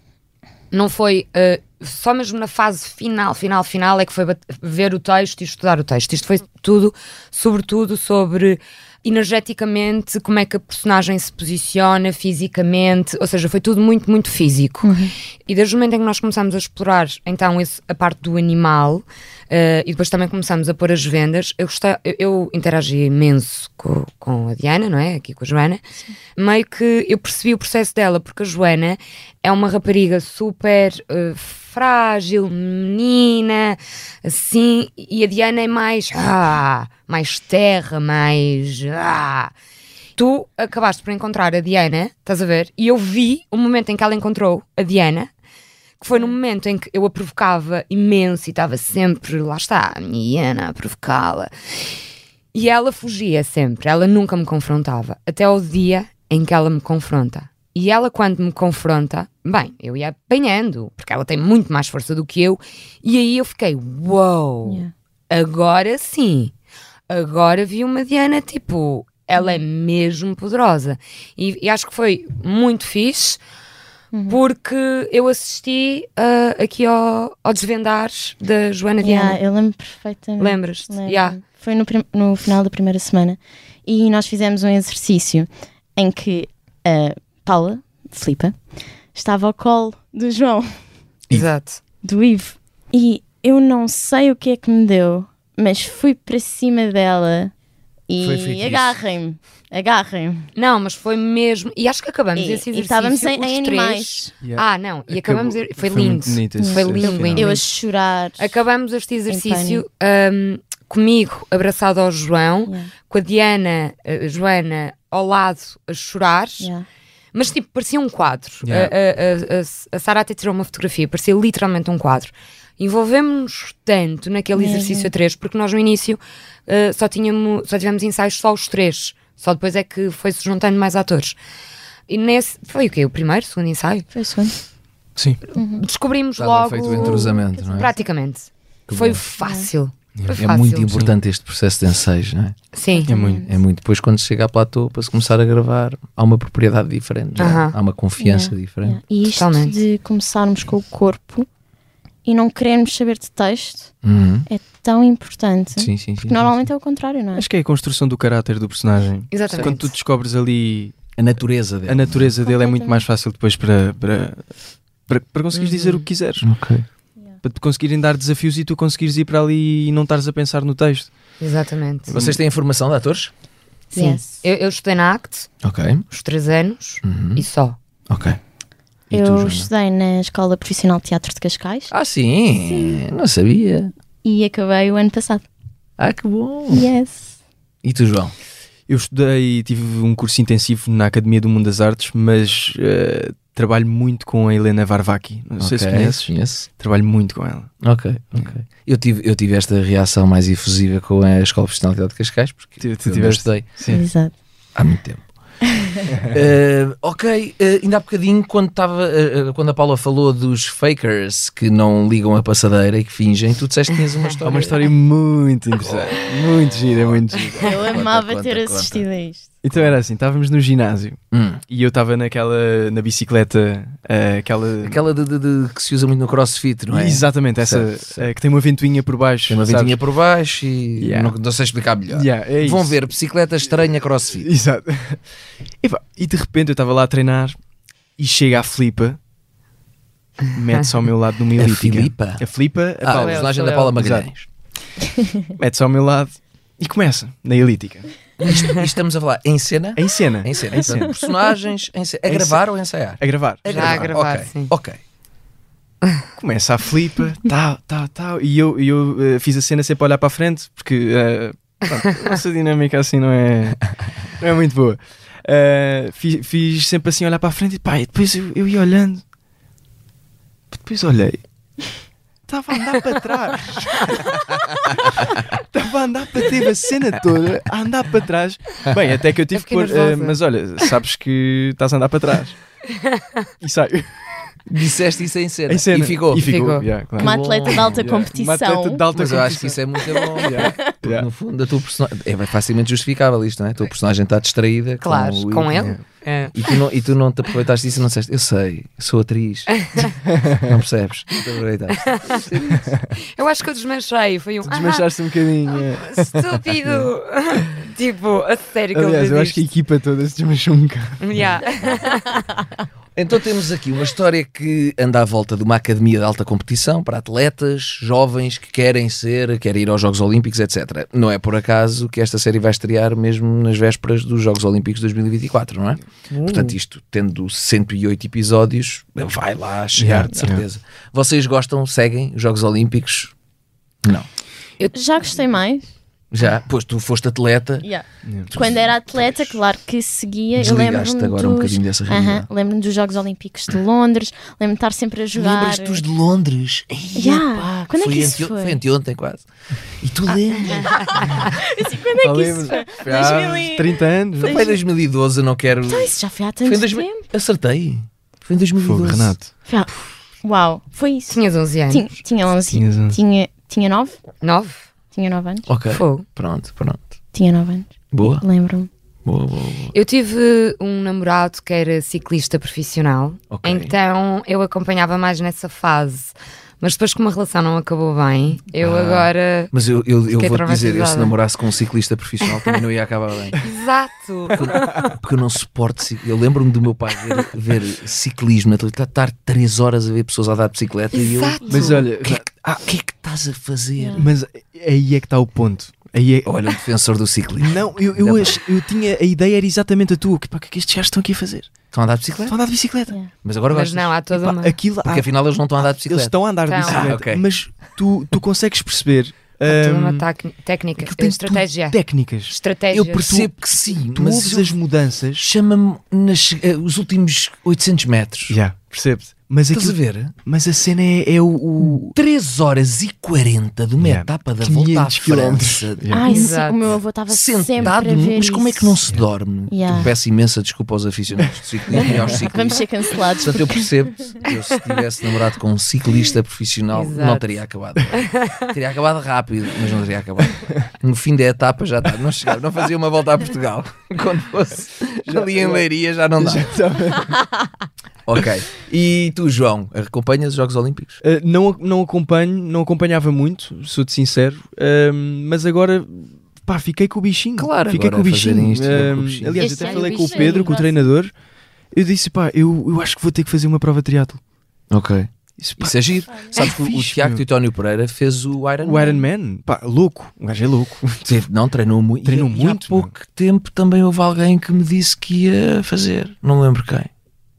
não foi uh, só mesmo na fase final, final, final, é que foi ver o texto e estudar o texto. Isto foi tudo, sobretudo, sobre energeticamente como é que a personagem se posiciona fisicamente, ou seja, foi tudo muito, muito físico. Uhum. E desde o momento em que nós começámos a explorar então esse, a parte do animal uh, e depois também começámos a pôr as vendas, eu, gostei, eu, eu interagi imenso com, com, a Diana, não é? Aqui com a Joana, Sim. meio que eu percebi o processo dela, porque a Joana é uma rapariga super. Uh, frágil, menina, assim, e a Diana é mais, ah, mais terra, mais. Ah. Tu acabaste por encontrar a Diana, estás a ver? E eu vi o momento em que ela encontrou a Diana, que foi no momento em que eu a provocava imenso e estava sempre, lá está, a minha Diana a provocá-la. E ela fugia sempre, ela nunca me confrontava, até o dia em que ela me confronta. E ela, quando me confronta, bem, eu ia apanhando, porque ela tem muito mais força do que eu. E aí eu fiquei, uau, wow, yeah. agora sim. Agora vi uma Diana, tipo, ela é mesmo poderosa. E, e acho que foi muito fixe, uhum. porque eu assisti uh, aqui ao, ao Desvendar da Joana yeah, Diana. Eu lembro perfeitamente. Lembras-te? Lembro. Yeah. Né? Foi no, no final da primeira semana. E nós fizemos um exercício em que. Uh, Paula, Filipa, estava ao colo do João. Exato. Do Ivo. E eu não sei o que é que me deu, mas fui para cima dela e agarrem-me. Agarrem-me. Não, mas foi mesmo. E acho que acabamos e, esse exercício. E estávamos em, em animais. Yeah. Ah, não. E Acabou, acabamos. Foi, foi lindo. Bonito, foi lindo, lindo, lindo. Eu a chorar. Acabamos este exercício um, comigo abraçado ao João, yeah. com a Diana, a Joana ao lado a chorar. Yeah mas tipo, parecia um quadro. Yeah. A, a, a, a Sara até tirou uma fotografia, parecia literalmente um quadro. Envolvemos-nos tanto naquele yeah. exercício a três, porque nós no início uh, só, tínhamos, só tivemos ensaios só os três, só depois é que foi-se juntando mais atores. E nesse. Foi o quê? O primeiro, o segundo ensaio? Foi o segundo. Sim. Uhum. Descobrimos Estava logo. feito o entrosamento, não é? Praticamente. Que foi bom. fácil. É. É, fácil, é muito importante sim. este processo de ensaios, não é? Sim. É muito. É muito. Depois, quando se chega à platô para se começar a gravar, há uma propriedade diferente, uh -huh. há uma confiança yeah, diferente. Yeah. E isto Totalmente. de começarmos com o corpo e não querermos saber de texto uh -huh. é tão importante. Uhum. Sim, sim, porque normalmente é o contrário, não é? Acho que é a construção do caráter do personagem. Exatamente. Quando tu descobres ali a natureza dele, a natureza dele é muito mais fácil depois para, para, para, para conseguires uh -huh. dizer o que quiseres. Ok para te conseguirem dar desafios e tu conseguires ir para ali e não estares a pensar no texto. Exatamente. Vocês têm formação de atores? Sim. Yes. Eu, eu, estudei na ACT, okay. os três anos uhum. e só. Ok. E eu tu, estudei na Escola Profissional de Teatro de Cascais. Ah, sim. sim. Não sabia. E acabei o ano passado. Ah, que bom! Yes! E tu, João? Eu estudei, tive um curso intensivo na Academia do Mundo das Artes, mas uh, trabalho muito com a Helena Varvaki. Não okay, sei se conheces. Conheço. Trabalho muito com ela. Ok, ok. Eu tive, eu tive esta reação mais efusiva com a Escola Profissional de Cascais, porque tu, tu eu tiveste. estudei Sim. Exato. há muito [laughs] tempo. uh, ok, uh, ainda há bocadinho, quando, tava, uh, quando a Paula falou dos fakers que não ligam a passadeira e que fingem, tu disseste que [laughs] tinhas uma história. Há uma história muito interessante, muito gira, muito gira. Eu amava conta, ter conta, assistido conta. a isto. Então era assim, estávamos no ginásio Hum. e eu estava naquela, na bicicleta, eh, aquela... Aquela de, de- de- que se usa muito no crossfit, não é? Exatamente, essa Certo, certo. eh, que tem uma ventoinha por baixo. Tem uma sabes? ventinha por baixo e Yeah. não, não sei explicar melhor. Yeah, é Vão isso. ver bicicleta estranha crossfit. Exato. [laughs] E, pá, e de repente eu estava lá a treinar e chega a Filipa, mete-se ao meu lado numa [laughs] A elíptica. Filipa? A Filipa, é a Ah, a Paula. personagem da Paula Exato. Magalhães. Mete-se ao meu lado e começa na elíptica. Isto, isto estamos a falar em cena? Em cena. Em cena. Em Portanto, cena. Personagens em cena. A Em gravar cena. ou a ensaiar? A gravar. A Já gravar, a gravar, ok, sim. Ok. Começa a Filipa, tal, tal, tal. E eu, e eu eh, fiz a cena sempre a olhar para a frente, porque eh, pronto, a nossa dinâmica assim não é, não é muito boa. Eh, fi- fiz, sempre assim a olhar para a frente e pá, e depois eu, eu ia olhando. Depois olhei. Estava a andar para trás. Estava a andar para teve a cena toda a andar para trás. Bem, até que eu tive Eu que fiquei pôr. eh, nervosa. mas olha, sabes que estás a andar para trás. E saio. Disseste isso em cena. Em cena. E ficou. E ficou. Ficou. yeah, claro. Uma atleta de alta competição. Uma atleta de alta Mas eu acho que isso competição. é muito [laughs] bom. Yeah, Porque, yeah. No fundo, a tua personagem. É facilmente justificável isto, não é? A tua personagem está distraída. Claro, o- com ele. É. E tu, não, e tu não te aproveitaste disso e não disseste, eu sei, sou atriz. não percebes? Não te aproveitaste. Eu acho que eu desmanchei. Foi um. Tu desmanchaste um bocadinho. é. "Ah, estúpido! [laughs] tipo, a sério que ele Aliás, fez eu acho que a isto. equipa toda se desmanchou um bocado. Yeah. Então temos aqui uma história que anda à volta de uma academia de alta competição para atletas, jovens que querem ser, querem ir aos Jogos Olímpicos, etc. Não é por acaso que esta série vai estrear mesmo nas vésperas dos Jogos Olímpicos de 2024, não é? Uh. Portanto, isto tendo 108 episódios, vai lá chegar, Yeah, de certeza. Vocês gostam, seguem os Jogos Olímpicos? Não. Já gostei mais. Já? Pois tu foste atleta. Yeah. Quando era atleta, claro que seguia. Eu Desligaste lembro-me agora dos... um bocadinho dessa realidade. Aham, Lembro-me dos Jogos Olímpicos de Londres, lembro-me de estar sempre a jogar. Lembras-te dos de Londres? Ei, Yeah. pá, Quando é que isso anteo- foi? Ah, Foi anteontem quase. E tu lembras? Assim, Quando é que isso foi? Foi há 2000 e- 30 anos. Foi em 2012, eu não quero. Então isso já foi há Foi tanto em 2000. tempo. Acertei. Foi em 2012. Fogo, Renato. Foi há- Uau, foi [laughs] isso. Tinhas 11 anos. Tinha, tinha 11. Tinhas um- Tinha, tinha 9? 9? Tinha 9 anos? Ok. Fogo. Pronto, pronto. Tinha 9 anos. Boa, Lembro-me. boa, boa. boa. Eu tive um namorado que era ciclista profissional, Ok. então eu acompanhava mais nessa fase. Mas depois que uma relação não acabou bem, eu Ah. agora. Mas eu, eu, eu Fiquei vou-te dizer, eu se traumatizada. namorasse com um ciclista profissional também não ia acabar bem. Exato! Porque eu não suporto. ci- Eu lembro-me do meu pai ver, ver ciclismo né? na televisão, estar 3 horas a ver pessoas a andar de bicicleta e [laughs] eu. Exato! Mas olha, O que, é que, ah, o que é que estás a fazer? mas aí é que está o ponto. Aí é... Olha, o defensor do ciclismo. Não, eu, eu, ach- eu tinha. A ideia era exatamente a tua. Que, pá, o que é que estes gajos estão aqui a fazer? Estão a andar de bicicleta? Estão a andar de bicicleta. Mas agora Mas gostas. não, há toda uma. Pá, aquilo, Porque há- afinal eles não estão a andar de eles bicicleta. estão a andar de Estão. bicicleta. Ah, ok. Mas tu, tu consegues perceber. Há toda uma hum, tá tac- técnica, aquilo tem estratégia. tudo técnicas. Estratégia. Eu percebo que sim, Tu mas ouves eu- as mudanças. chama-me nas, eh, os últimos 800 metros. Já, percebes? Mas, Estás a aquilo, ver? mas a cena é, é o, o- 3 horas e 40 de uma Yeah. etapa da volta à 500 quilómetros. França. Yeah. Ah. Ai, sim, Exato. o meu avô estava sempre a Sentado, ver mas como é que não isso. se dorme? Yeah. Eu peço imensa desculpa aos aficionados de ciclismo e aos [laughs] Vamos ciclistas. ser cancelados. Portanto, eu percebo eu se tivesse namorado com um ciclista profissional, Exato. não teria acabado. Teria acabado rápido, mas não teria acabado. No fim da etapa já está, não chegava, não fazia uma volta a Portugal. Quando fosse ali em Leiria já não dá. ok. E tu, João, acompanhas os Jogos Olímpicos? Uh, não, não acompanho, não acompanhava muito, sou-te sincero, um, mas agora pá, fiquei com o bichinho. Claro, fiquei agora com o a fazerem bichinho. isto, fiquei com o Um, bichinho. é aliás, Este até ano o falei com o bichinho, Pedro, com o nossa. treinador, eu disse: pá, eu, eu acho que vou ter que fazer uma prova de triatlo. Ok. Isso, pá, Isso é giro. Sabes que o, o fixe, Tiago meu. Titónio Pereira fez o Iron o Iron Man, pá, louco, o gajo é louco. Teve- não, treinou muito. Treinou E- e muito, Há pouco tempo também houve alguém que me disse que ia fazer. Não lembro quem.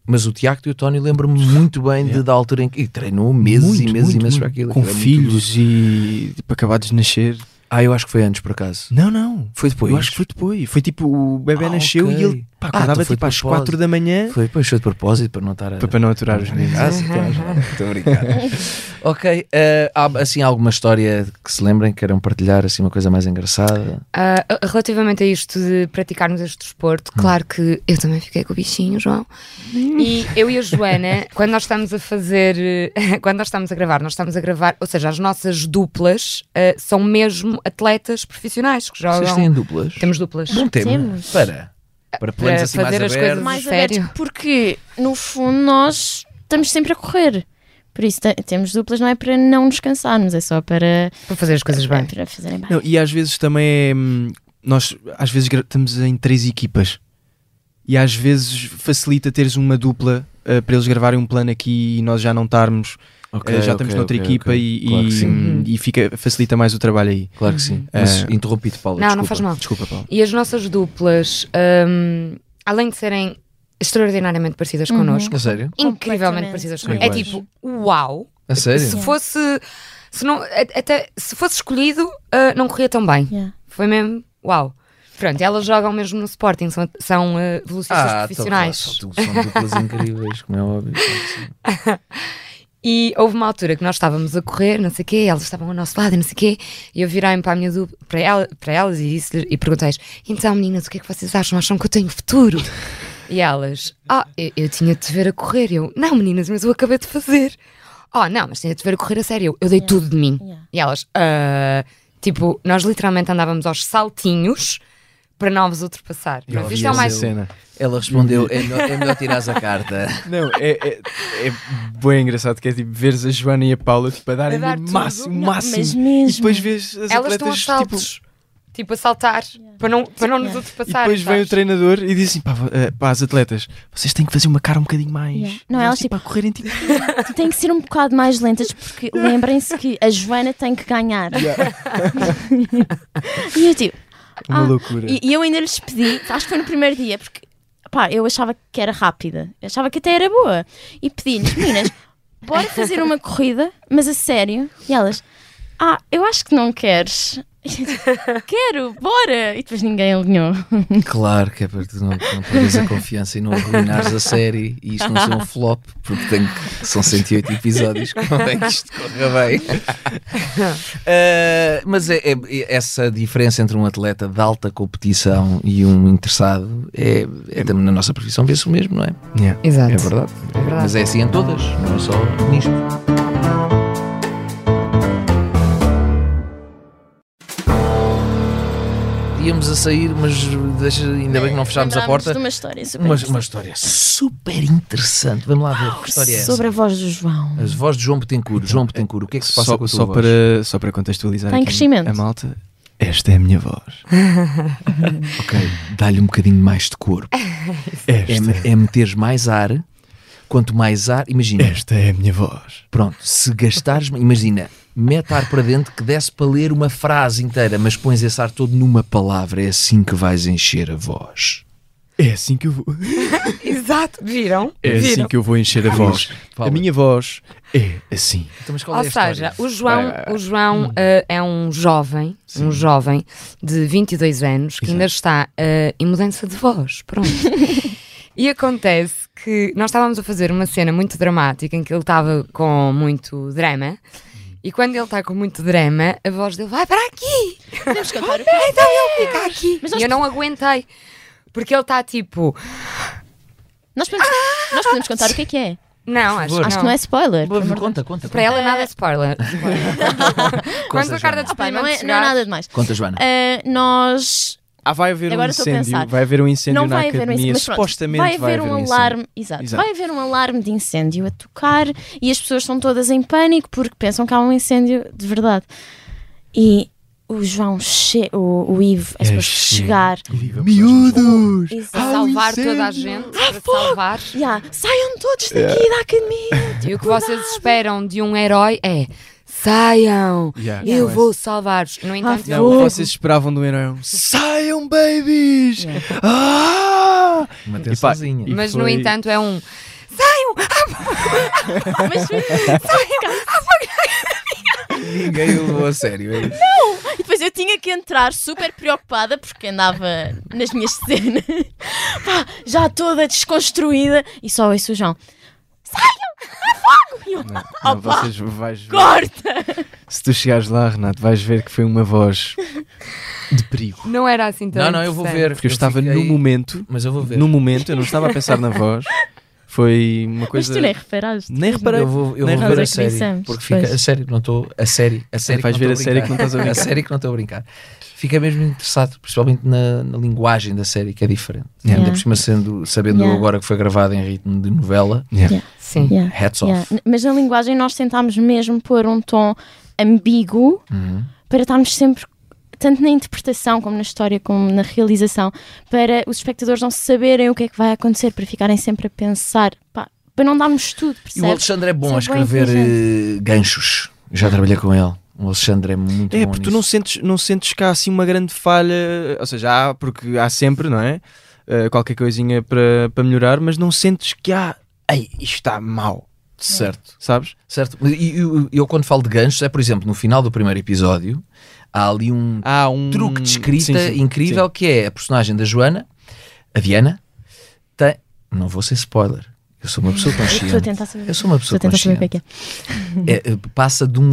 Mas o Tiago e o Tónio lembro-me muito bem de- da altura em que. E treinou meses e Muito, meses muito, e meses muito. para aquilo. Com Aquilo é muito duro. filhos e tipo, acabados de nascer. Ah, eu acho que foi antes por acaso. Não, não. Foi depois. Eu acho que foi depois. Foi tipo, o bebê Ah, nasceu ok. e ele Ah, pá, acordava então foi tipo às propósito. 4 da manhã Foi depois, foi de propósito para não estar a. para para não aturar os meninos. Ah, sim, [laughs] claro. Estou a brincar. ok, eh, há assim alguma história que se lembrem, queiram partilhar, assim uma coisa mais engraçada? Ah, relativamente a isto de praticarmos este desporto, Hum. claro que eu também fiquei com o bichinho, João. E eu e a [laughs] Joana, quando nós estamos a fazer, eh, quando nós estamos a gravar, nós estamos a gravar, ou seja, as nossas duplas eh, são mesmo atletas profissionais que Vocês jogam. têm duplas? Temos duplas. Bom tema. Temos. Para. Para planos assim mais fazer as abertos. coisas mais a sério. abertos, porque no fundo nós estamos sempre a correr. Por isso te- temos duplas, não é para não nos cansarmos, é só para, É para fazer as coisas bem. Para fazerem bem. Não, e às vezes também é. hum, Nós às vezes gra- estamos em três equipas e às vezes facilita teres uma dupla uh, para eles gravarem um plano aqui e nós já não estarmos. Ok, uh, já ok, estamos noutra ok, equipa ok. e, Claro que e, sim. Uhum. hum, e fica, facilita mais o trabalho aí. Claro que sim. Mas Uh, interrompi-te, Paula. Não, desculpa. não faz mal. Desculpa, Paula. E as nossas duplas, hum, além de serem extraordinariamente parecidas Uhum. connosco, A sério? Completamente. incrivelmente parecidas São connosco, é iguais. tipo, uau! A sério? Se Yeah. fosse, se não, a- até, se fosse escolhido, ah, não corria tão bem. Foi mesmo, uau! Pronto, elas jogam mesmo no Sporting, são, são ah, velocistas Ah, então, claro, profissionais. são são duplas [laughs] incríveis, como é óbvio. E houve uma altura que nós estávamos a correr, não sei o quê, elas estavam ao nosso lado, e não sei o quê, e eu virei-me para a minha dupla, para, ela- para elas e disse e perguntei-lhes: então meninas, o que é que vocês acham? Acham que eu tenho futuro? E elas: ah, eu, eu tinha de te ver a correr. Eu: não meninas, mas eu acabei de fazer. Oh, não, mas tinha de te ver a correr a sério. Eu, eu dei tudo de mim. E elas: "Ah", tipo, nós literalmente andávamos aos saltinhos para não vos ultrapassar. Eu Pronto, vi isto é o essa mais. cena. Ela respondeu: é melhor, é melhor tirares a carta. Não, é, é, é bem engraçado que é tipo veres a Joana e a Paula tipo, a darem dar o tudo. máximo, Não, máximo. mas E depois vês as Elas estão atletas a saltos, tipo... a saltar, para não, para não nos E ultrapassar. depois vem o treinador e diz assim: pá, vo- eh, pá, as atletas, vocês têm que fazer uma cara um bocadinho mais. Yeah. Não, elas tipo, correrem tipo. Tem que ser um bocado mais lentas, porque lembrem-se que a Joana tem que ganhar. [laughs] e eu tipo. Uma loucura. É. E, e eu ainda lhes pedi, acho que foi no primeiro dia, porque pá, eu achava que era rápida, eu achava que até era boa. E pedi-lhes, [laughs] meninas, bora fazer uma corrida, mas a sério. E elas, ah, eu acho que não queres. E eu tipo, Quero, bora! E depois ninguém alinhou. [laughs] Claro que é para tu não, não perderes a confiança e não arruinares a série e isto não ser um flop, porque tem que- são 108 episódios, como é que isto corra [laughs] bem? Uh, mas é, é- é- essa diferença entre um atleta de alta competição e um interessado é, é também na nossa profissão, vê-se o mesmo, não é? Exato. É verdade. É verdade. Mas é assim em todas, não é só nisto. Íamos a sair, mas deixa, ainda bem que não fechámos a Lembrámos porta. de uma história super Uma- interessante. uma história super interessante. Vamos lá ver que história é essa. Sobre a voz do João. As vozes de João Betancourt. João Betancourt, o que é que se passa só, com a tua só voz? para, só para contextualizar Está em aqui crescimento. a malta, esta é a minha voz. ok, dá-lhe um bocadinho mais de corpo. É, é meteres mais ar. Quanto mais ar, imagina. Esta é a minha voz. Pronto, se gastares, imagina, mete ar para dentro que desce para ler uma frase inteira, mas pões esse ar todo numa palavra. É assim que vais encher a voz. É assim que eu vou. Exato, viram? É viram? assim que eu vou encher a voz. A minha voz é assim. então, Ou é seja, o João, Vai, Hum. o João eh, é um jovem, um jovem de 22 anos que ainda está eh, em mudança de voz. [laughs] Pronto. e acontece que nós estávamos a fazer uma cena muito dramática em que ele estava com muito drama. Hum. E quando ele está com muito drama, a voz dele vai para aqui! Podemos cantar o é? Então ele fica aqui! e eu não aguentei. Porque ele está tipo. Nós podemos, Ah! nós podemos contar o que é que é. Não, acho, Acho que não é spoiler. por amor de Então, Conta, conta. Para ela nada é spoiler. Quando a carta de Deus. Pá, Espanha não, te é, não é chegar- nada demais. Conta, Joana. É. Ah, nós. Ah, vai haver Agora um estou a pensar. incêndio. Vai haver um incêndio não na vai haver um academia. incêndio, mas pronto, Supostamente vai haver um, incêndio. alarme. Exato, Exato. Vai haver um alarme de incêndio a tocar e as pessoas estão todas em pânico porque pensam que há um incêndio de verdade. E o João, che... o, o Ivo, as É pessoas chegar. Miúdos! Exato. Para salvar toda a gente, para salvar. Yeah, Saiam todos daqui da academia. E o que vocês esperam de um herói é saiam, Yeah, eu é. pois. vou salvar-vos. No entanto, Ah, é um, Não, ele- vocês esperavam do herói um Saiam, babies! É. Ah! Uma E pá, e mas no foi- entanto é um saiam, [laughs] Mas saiam. Ninguém o levou a sério. é isso. Não! E depois eu tinha que entrar super preocupada porque andava nas minhas cenas, Pá, já toda desconstruída e só ouço o João. Saiam! Há fogo! E eu, Não, "Opa, vocês vais ver- corta! Se tu chegares lá, Renato, vais ver que foi uma voz de perigo. não era assim tão Não, não, eu vou interessante. ver. Porque eu estava fiquei- no momento, mas eu vou ver. no momento, eu não estava a pensar na voz. Foi uma coisa. é. Mas tu nem reparaste. Nem reparei. Eu vou, eu nem vou ver assim, a série. Porque fica, pois. a série não estou. A série. A série Vais que não ver estou a série que não estás a A brincar. série que não estou a brincar. Fica mesmo interessado, principalmente na, na linguagem da série, que é diferente. Yeah. Ainda por cima, sendo, sabendo Yeah. agora que foi gravada em ritmo de novela. Sim. Hats off. Yeah. Mas na linguagem nós tentámos mesmo pôr um tom ambíguo Uhum. para estarmos sempre, tanto na interpretação como na história, como na realização, para os espectadores não saberem o que é que vai acontecer, para ficarem sempre a pensar, pá, para não darmos tudo, E o percebes? Alexandre é bom a Ser bem escrever inteligente. eh, ganchos. Eu Já trabalhei com ele. O Alexandre é muito É, bom porque tu nisso. não sentes, não sentes cá assim uma grande falha, ou seja, há, porque há sempre, não é? Eh, qualquer coisinha para para melhorar, mas não sentes que há, ei, isto está mau. Certo. Sabes? Certo. E e- eu, eu quando falo de ganchos, é por exemplo, no final do primeiro episódio, há ali um, truque de escrita Ah, hum, Sim, sim, incrível que é a personagem da Joana, a Diana, tem. Não vou ser spoiler. Eu sou uma pessoa consciente. Estou a tentar saber. Eu sou uma pessoa Estou a tentar saber o consciente. que é que é. É, eh, passa de um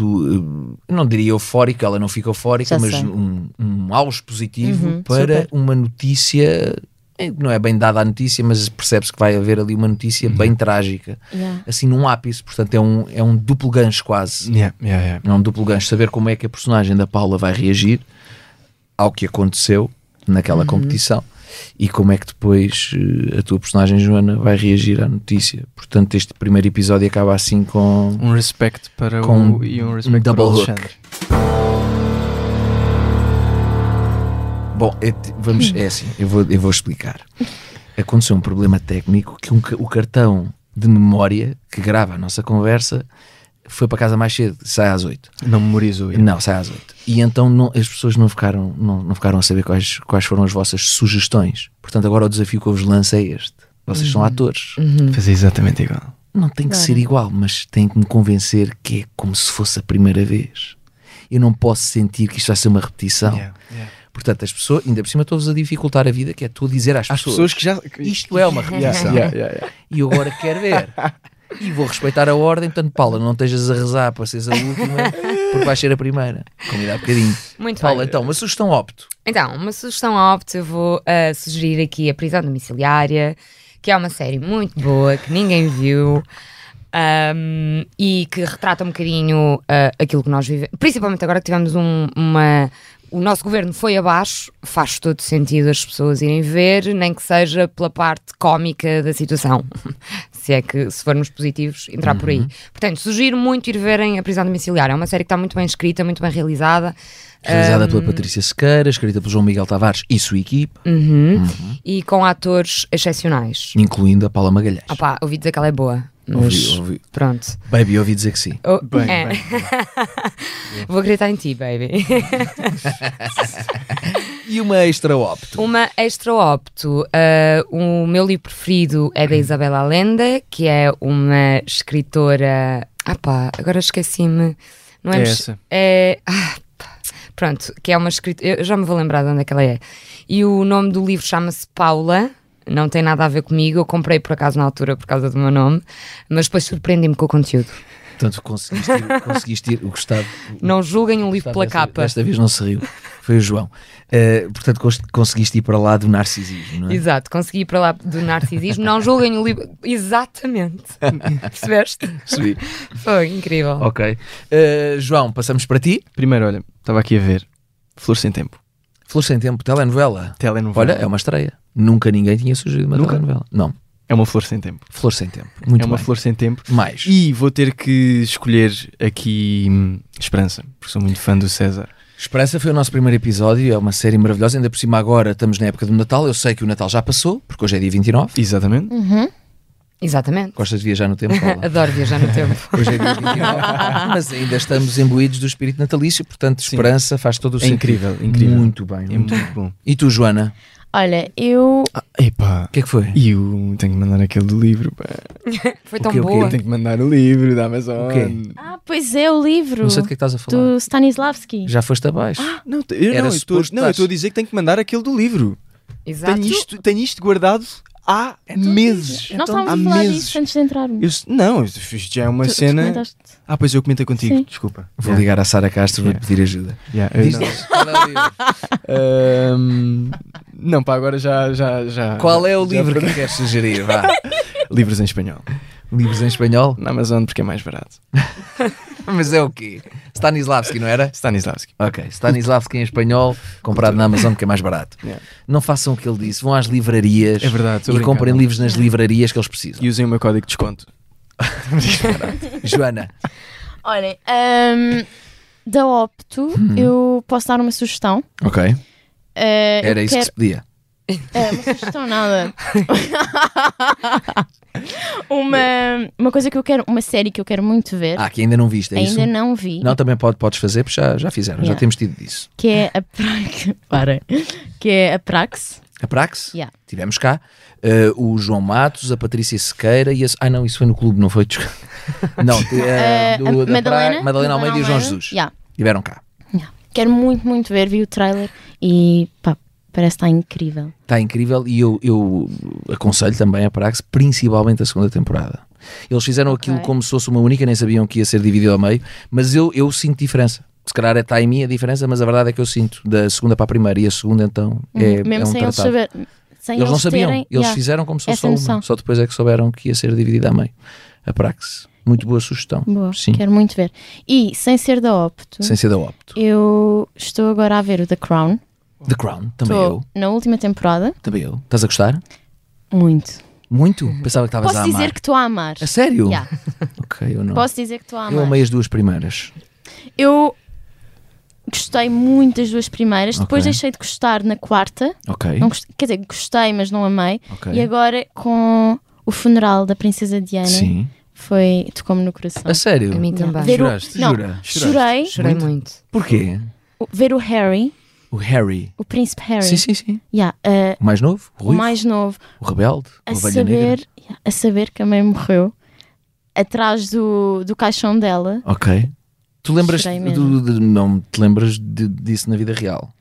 momento, eh, não diria eufórico, ela não fica eufórica, Já mas sei. um, um auge positivo Uhum, para super. uma notícia. eh, Não é bem dada a notícia, mas percebe-se que vai haver ali uma notícia bem trágica, Yeah. assim num ápice. Portanto, é um, é um duplo gancho quase. Yeah, yeah, yeah. É um duplo gancho. Saber como é que a personagem da Paula vai reagir ao que aconteceu naquela Uhum. competição e como é que depois eh, a tua personagem Joana vai reagir à notícia. Portanto, este primeiro episódio acaba assim com Um respeito para com o. E um respeito para o double Alexandre. Bom, é, t- vamos, é assim, eu vou, eu vou explicar. Aconteceu um problema técnico que um ca- o cartão de memória que grava a nossa conversa foi para casa mais cedo, sai às 8. Não memorizou. Não, sai às 8. E então não- as pessoas não ficaram, não, não ficaram a saber quais, quais foram as vossas sugestões. Portanto, agora o desafio que eu vos lanço é este. Vocês são Uhum. atores. Fazer exatamente igual. Não tem que ser igual, mas tem que me convencer que é como se fosse a primeira vez. Eu não posso sentir que isto vai ser uma repetição. Yeah, yeah. Portanto, as pessoas, ainda por cima, estou-vos a dificultar a vida, que é tu a dizer às, Às pessoas que já. que- Isto é [laughs] uma Yeah, repetição. yeah, yeah, yeah. E eu agora quero ver. E vou respeitar a ordem, portanto, Paula, não estejas a rezar para seres a última, porque vais ser a primeira. Comida há bocadinho. Muito Paula, bem. então, uma sugestão opto. Então, uma sugestão à opto, eu vou ah, sugerir aqui a prisão domiciliária, que é uma série muito boa, que ninguém viu. ahm, e que retrata um bocadinho ah, aquilo que nós vivemos, principalmente agora que tivemos um- uma. O nosso governo foi abaixo, faz todo sentido as pessoas irem ver, nem que seja pela parte cómica da situação. [laughs] se é que, se formos positivos, entrar por aí. Portanto, sugiro muito ir verem a prisão domiciliária. É uma série que está muito bem escrita, muito bem realizada. Realizada Ahm, pela Patrícia Sequeira, escrita pelo João Miguel Tavares e sua equipe, Uhum. Uhum. E com atores excepcionais. incluindo a Paula Magalhães. Opá, ouvi dizer que ela é boa. Mas... Ouvi- ouvi- Pronto. Baby, ouvi dizer que sim. Oh, Bem, é. bem, [laughs] Vou acreditar em ti, baby. E uma extra opto. Uma extra opto. ah, o meu livro preferido é da Isabel Allende, que é uma escritora. Ah pá, agora esqueci-me. Não é, É mex- essa. É. ah, pá. Pronto, que é uma escritora. Eu já me vou lembrar de onde é que ela é. E o nome do livro chama-se Paula. Não tem nada a ver comigo. Eu comprei por acaso na altura por causa do meu nome, mas depois surpreendi-me com o conteúdo. Portanto, conseguiste ir, conseguiste ir- o Gustavo. Não julguem um livro pela desta, capa. Desta vez não é? [laughs] se riu, foi o João. Eh, portanto, cons- conseguiste ir para lá do narcisismo, não é? Exato, consegui ir para lá do narcisismo. Não julguem o livro. [laughs] Exatamente. Percebeste? Percebi. Foi incrível. Ok. Eh, João, passamos para ti. [laughs] Primeiro, olha, estava aqui a ver. Flor sem tempo. Flor Sem Tempo, telenovela. Telenovela. Olha, é uma estreia. Nunca ninguém tinha sugerido uma Nunca? telenovela. Não. É uma flor sem tempo. Flor Sem Tempo. Muito é uma bem. flor sem tempo. Mais. E vou ter que escolher aqui hum, Esperança, porque sou muito fã do César. Esperança foi o nosso primeiro episódio, é uma série maravilhosa. Ainda por cima, agora estamos na época do Natal. Eu sei que o Natal já passou, porque hoje é dia 29. Exatamente. Exatamente. Gostas de viajar no [laughs] tempo, Paula? Adoro viajar no tempo. Hoje é dia 29, [laughs] mas ainda estamos imbuídos do espírito natalício, portanto, esperança faz todo o É sentido. incrível, incrível. Muito bem, É muito, muito bom. E tu, Joana? Olha, eu. Epá. O que é que foi? E eu tenho que mandar aquele do livro. Pá. Foi tão quê, o quê? boa. Tenho que mandar o livro da O Amazon. quê? Ah, pois é, o livro. Não sei do que é que estás a falar. Do Stanislavski. Já foste abaixo. Ah, Não, te- eu Era não, eu estou suposto não, eu estar- estou a dizer que tenho que mandar aquele do livro. Exato. Tenho isto, tenho isto guardado há É Nós meses. Então, estávamos a falar disso antes de entrarmos. Eu s- não, isto já é uma Tu- tu cena. comentaste. ah, pois eu comentei contigo, Sim. desculpa. Vou ligar à Sara Castro, vou-lhe pedir ajuda. Yeah, eu Diz- [laughs] não. Ahm, não, pá, agora já. já, já Qual é o já livro perdi. é que queres sugerir? Vá. Livros em espanhol. Livros em espanhol? Na Amazon, porque é mais barato. Mas é o quê? Stanislavski, não era? Stanislavski. Ok, Stanislavski em espanhol, comprado na Amazon, que é mais barato. Yeah. Não façam o que ele disse, vão às livrarias é verdade, e comprem livros nas livrarias que eles precisam. E usem o meu código de desconto. Joana. Olhem, um, da Opto, Uhum. hum. eu posso dar uma sugestão. Ah, Ok. Uh, era isso quero... que se pedia. É, uma [laughs] sugestão nada. uma, uma coisa que eu quero, uma série que eu quero muito ver. Ah, que ainda não viste, é ainda isso? Ainda não vi. Não, também pode, podes fazer, porque já, já fizeram, yeah. já temos tido disso. Que é a Prax. [laughs] Para. Que é a Prax. A Prax? Yeah. Tivemos cá. Uh, o João Matos, a Patrícia Sequeira e a. Ah, não, isso foi no clube, não foi? não, eh, Eh, a, É, do, a Madalena, Madalena, Madalena Almeida e o João Jesus. Yeah. Tiveram cá. Yeah. Quero muito, muito ver, vi o trailer e pá, Parece que está incrível. Está incrível e eu, eu aconselho também a Prax, principalmente a segunda temporada. Eles fizeram okay. aquilo como se fosse uma única, nem sabiam que ia ser dividido ao meio, mas eu, eu sinto diferença. Se calhar está em mim a diferença, mas a verdade é que eu sinto da segunda para a primeira e a segunda então é, Uhum. Mesmo é um sem eles saber, sem eles, não eles sabiam, terem, eles yeah, fizeram como se fosse só noção. uma, só depois é que souberam que ia ser dividida a meio. A Prax. Muito boa sugestão. Boa, Sim. quero muito ver. E sem ser da Opto, sem ser da Opto, eu estou agora a ver o The Crown. The Crown, também Tô eu. Na última temporada. Também eu. Estás a gostar? Muito. Muito? Pensava que estavas a amar. Uhum. Posso dizer que estou a amar. A sério? Yeah. [laughs] ok, eu não. Posso dizer que estou a amar. Eu amei as duas primeiras. Eu gostei muito das duas primeiras, okay. depois deixei de gostar na quarta. Ok. Gostei, quer dizer, gostei, mas não amei. Okay. E agora com o funeral da Princesa Diana. Sim. Foi. tocou-me no coração. A sério? A mim também. Ver Juraste? O, não, Jura? Chorei. Chorei muito. muito. Porquê? Ver o Harry. O Harry. O príncipe Harry. Sim, sim, sim. Yeah, uh, o mais novo, o, ruivo, o mais novo. O rebelde, a o saber, negra. Yeah, a saber que a mãe morreu atrás do, do caixão dela. Ok. Tu lembras do, do, não te lembras de, disso na vida real?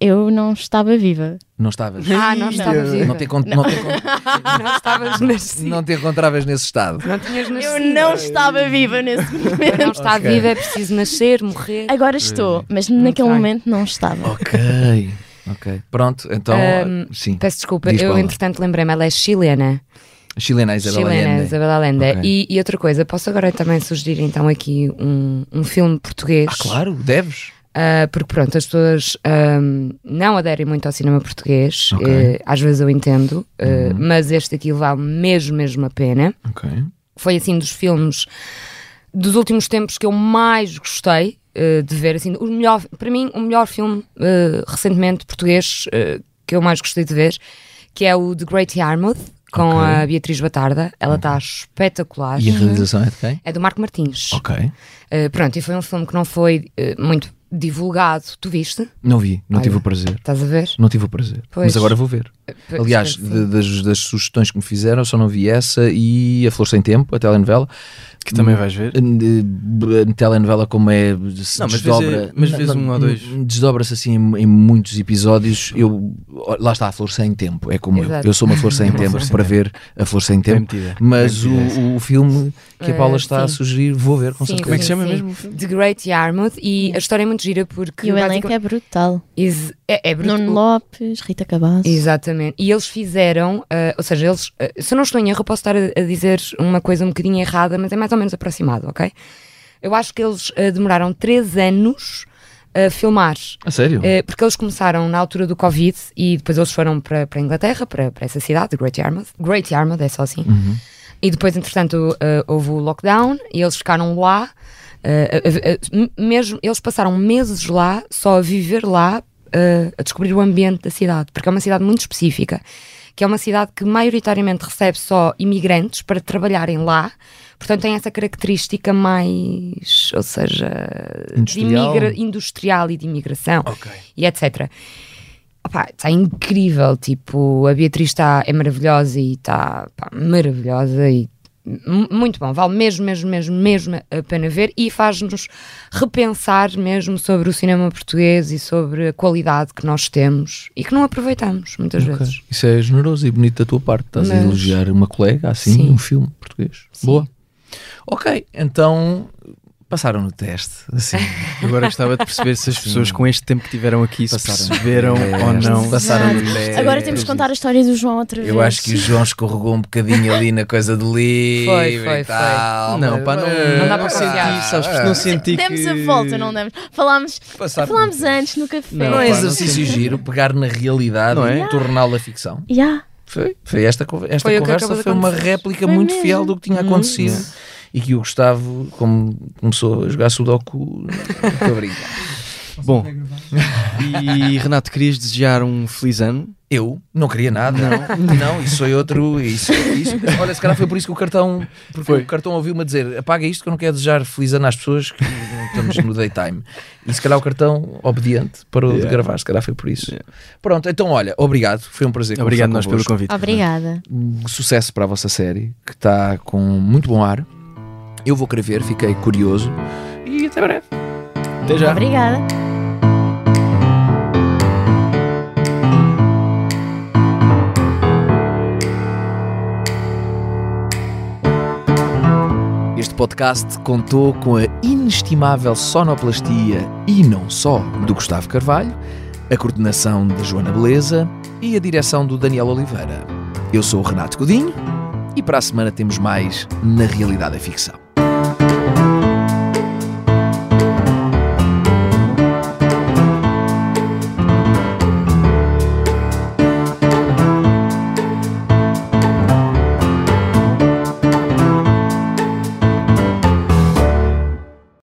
Eu não estava viva. Não estavas. Ah, não estava viva. Não te, encont não. Não, [laughs] te encont [laughs] não estavas nascido. Não te encontravas nesse estado. Não tinhas nascido. Eu não estava viva nesse momento. Não está okay. viva, é preciso nascer, morrer. [laughs] Agora estou, mas não naquele vai. momento não estava. Hum. Ok. Ok. Pronto, então. Um, sim. Peço desculpa, Diz eu entretanto lembrei-me, ela é chilena. Chilena Isabel Chilena, Allende. Isabel Allende. Okay. E, e, outra coisa, posso agora também sugerir então aqui um, um filme português? Ah, claro, deves. Uh, porque pronto, as pessoas um, não aderem muito ao cinema português, okay. uh, às vezes eu entendo, uh, uhum. mas este aqui vale mesmo, mesmo a pena. Okay. Foi assim dos filmes dos últimos tempos que eu mais gostei de ver, assim, o melhor, para mim, o melhor filme eh, recentemente português eh, que eu mais gostei de ver, que é o The Great Yarmouth. Com okay. a Beatriz Batarda, ela está espetacular. Uhum. Uhum. E a realização é de quem? É do Marco Martins. Ok. pronto, e foi um filme que não foi eh, muito divulgado. Tu viste? Não vi, não Olha, tive o prazer. Estás a ver? Não tive o prazer. Pois. Mas agora vou ver. Pois, Aliás, de, das, das, sugestões que me fizeram, só não vi essa e A Flor Sem Tempo, a telenovela. Que também vais ver? A eh, telenovela, como é. Se não, mas desdobra. mas vezes um ou dois. Desdobra-se assim em, em, muitos episódios. Eu, lá está, A Flor Sem Tempo. É como Exato. eu. Eu sou [laughs] uma Flor Sem Tempo flor sem para tempo. ver A Flor Sem Tempo. Mentira. Mas Mentira. O, o filme que a Paula está uh, a sugerir, vou ver com sim, certeza. Como é que chama sim. mesmo? The Great Yarmouth. E a história é muito gira porque. E o elenco é brutal. Is, é, é brutal. Nuno Lopes, Rita Cabasso. Exatamente. E eles fizeram, uh, ou seja, eles. Uh, se eu não estou em erro, posso estar a, a, dizer uma coisa um bocadinho errada, mas é mais ou menos aproximado, ok? Eu acho que eles uh, demoraram 3 anos a filmar. eh, A sério? porque eles começaram na altura do Covid e depois eles foram para, para a Inglaterra, para, para essa cidade, Great Yarmouth. Great Yarmouth, é só assim. Uhum. E depois, entretanto, eh, houve o lockdown e eles ficaram lá. Uh, uh, uh, mesmo eles passaram meses lá só a viver lá eh, a descobrir o ambiente da cidade porque é uma cidade muito específica que é uma cidade que maioritariamente recebe só imigrantes para trabalharem lá portanto tem essa característica mais ou seja industrial, industrial e de imigração okay. e etc Opa, está incrível, tipo, a Beatriz está, é maravilhosa e está pá, maravilhosa e muito bom, vale mesmo, mesmo, mesmo, mesmo a pena ver e faz-nos repensar mesmo sobre o cinema português e sobre a qualidade que nós temos e que não aproveitamos muitas okay. vezes. Isso é generoso e bonito da tua parte, estás Mas... a elogiar uma colega assim, Sim. um filme português. Sim. Boa. Ok, então Passaram no teste, assim. Agora gostava de perceber [laughs] se as pessoas com este tempo que tiveram aqui se passaram É, perceberam ou não. Passaram no teste. Agora temos de contar a história do João outra vez. Eu acho que o João escorregou um bocadinho ali na coisa de livro foi, foi, e tal. Foi. Não, pá, não, não dá para senti, sabes, ah, não [laughs] senti Demos que... a volta, não demos. Falámos, Passaram falámos antes no café. Não, é exercício giro pegar na realidade Não é? e torná-la ficção. Yeah. Foi, foi esta, conver- esta Foi o que conversa acabou de foi uma acontecer. réplica Foi muito mesmo. fiel do que tinha acontecido e que o Gustavo, como começou a jogar [laughs] Sudoku, estou a brincar. Bom, e Renato, querias desejar um feliz ano? Eu não queria nada, não, isso foi outro. Isso, isso. Olha, se calhar foi por isso que o cartão, porque o cartão ouviu-me a dizer apaga isto que eu não quero desejar feliz ano às pessoas que não estamos no daytime. E se calhar o cartão, obediente, parou de Yeah. gravar, se calhar foi por isso. Pronto, então olha, obrigado, foi um prazer. Obrigado conversar nós pelo convosco. convite. Obrigada. um sucesso para a vossa série, que está com muito bom ar. Eu vou querer ver, fiquei curioso. E Então, até é. breve. Até já. Obrigada. Este podcast contou com a inestimável sonoplastia e não só do Gustavo Carvalho, a coordenação da Joana Beleza e a direção do Daniel Oliveira. Eu sou o Renato Godinho e para a semana temos mais Na Realidade é Ficção.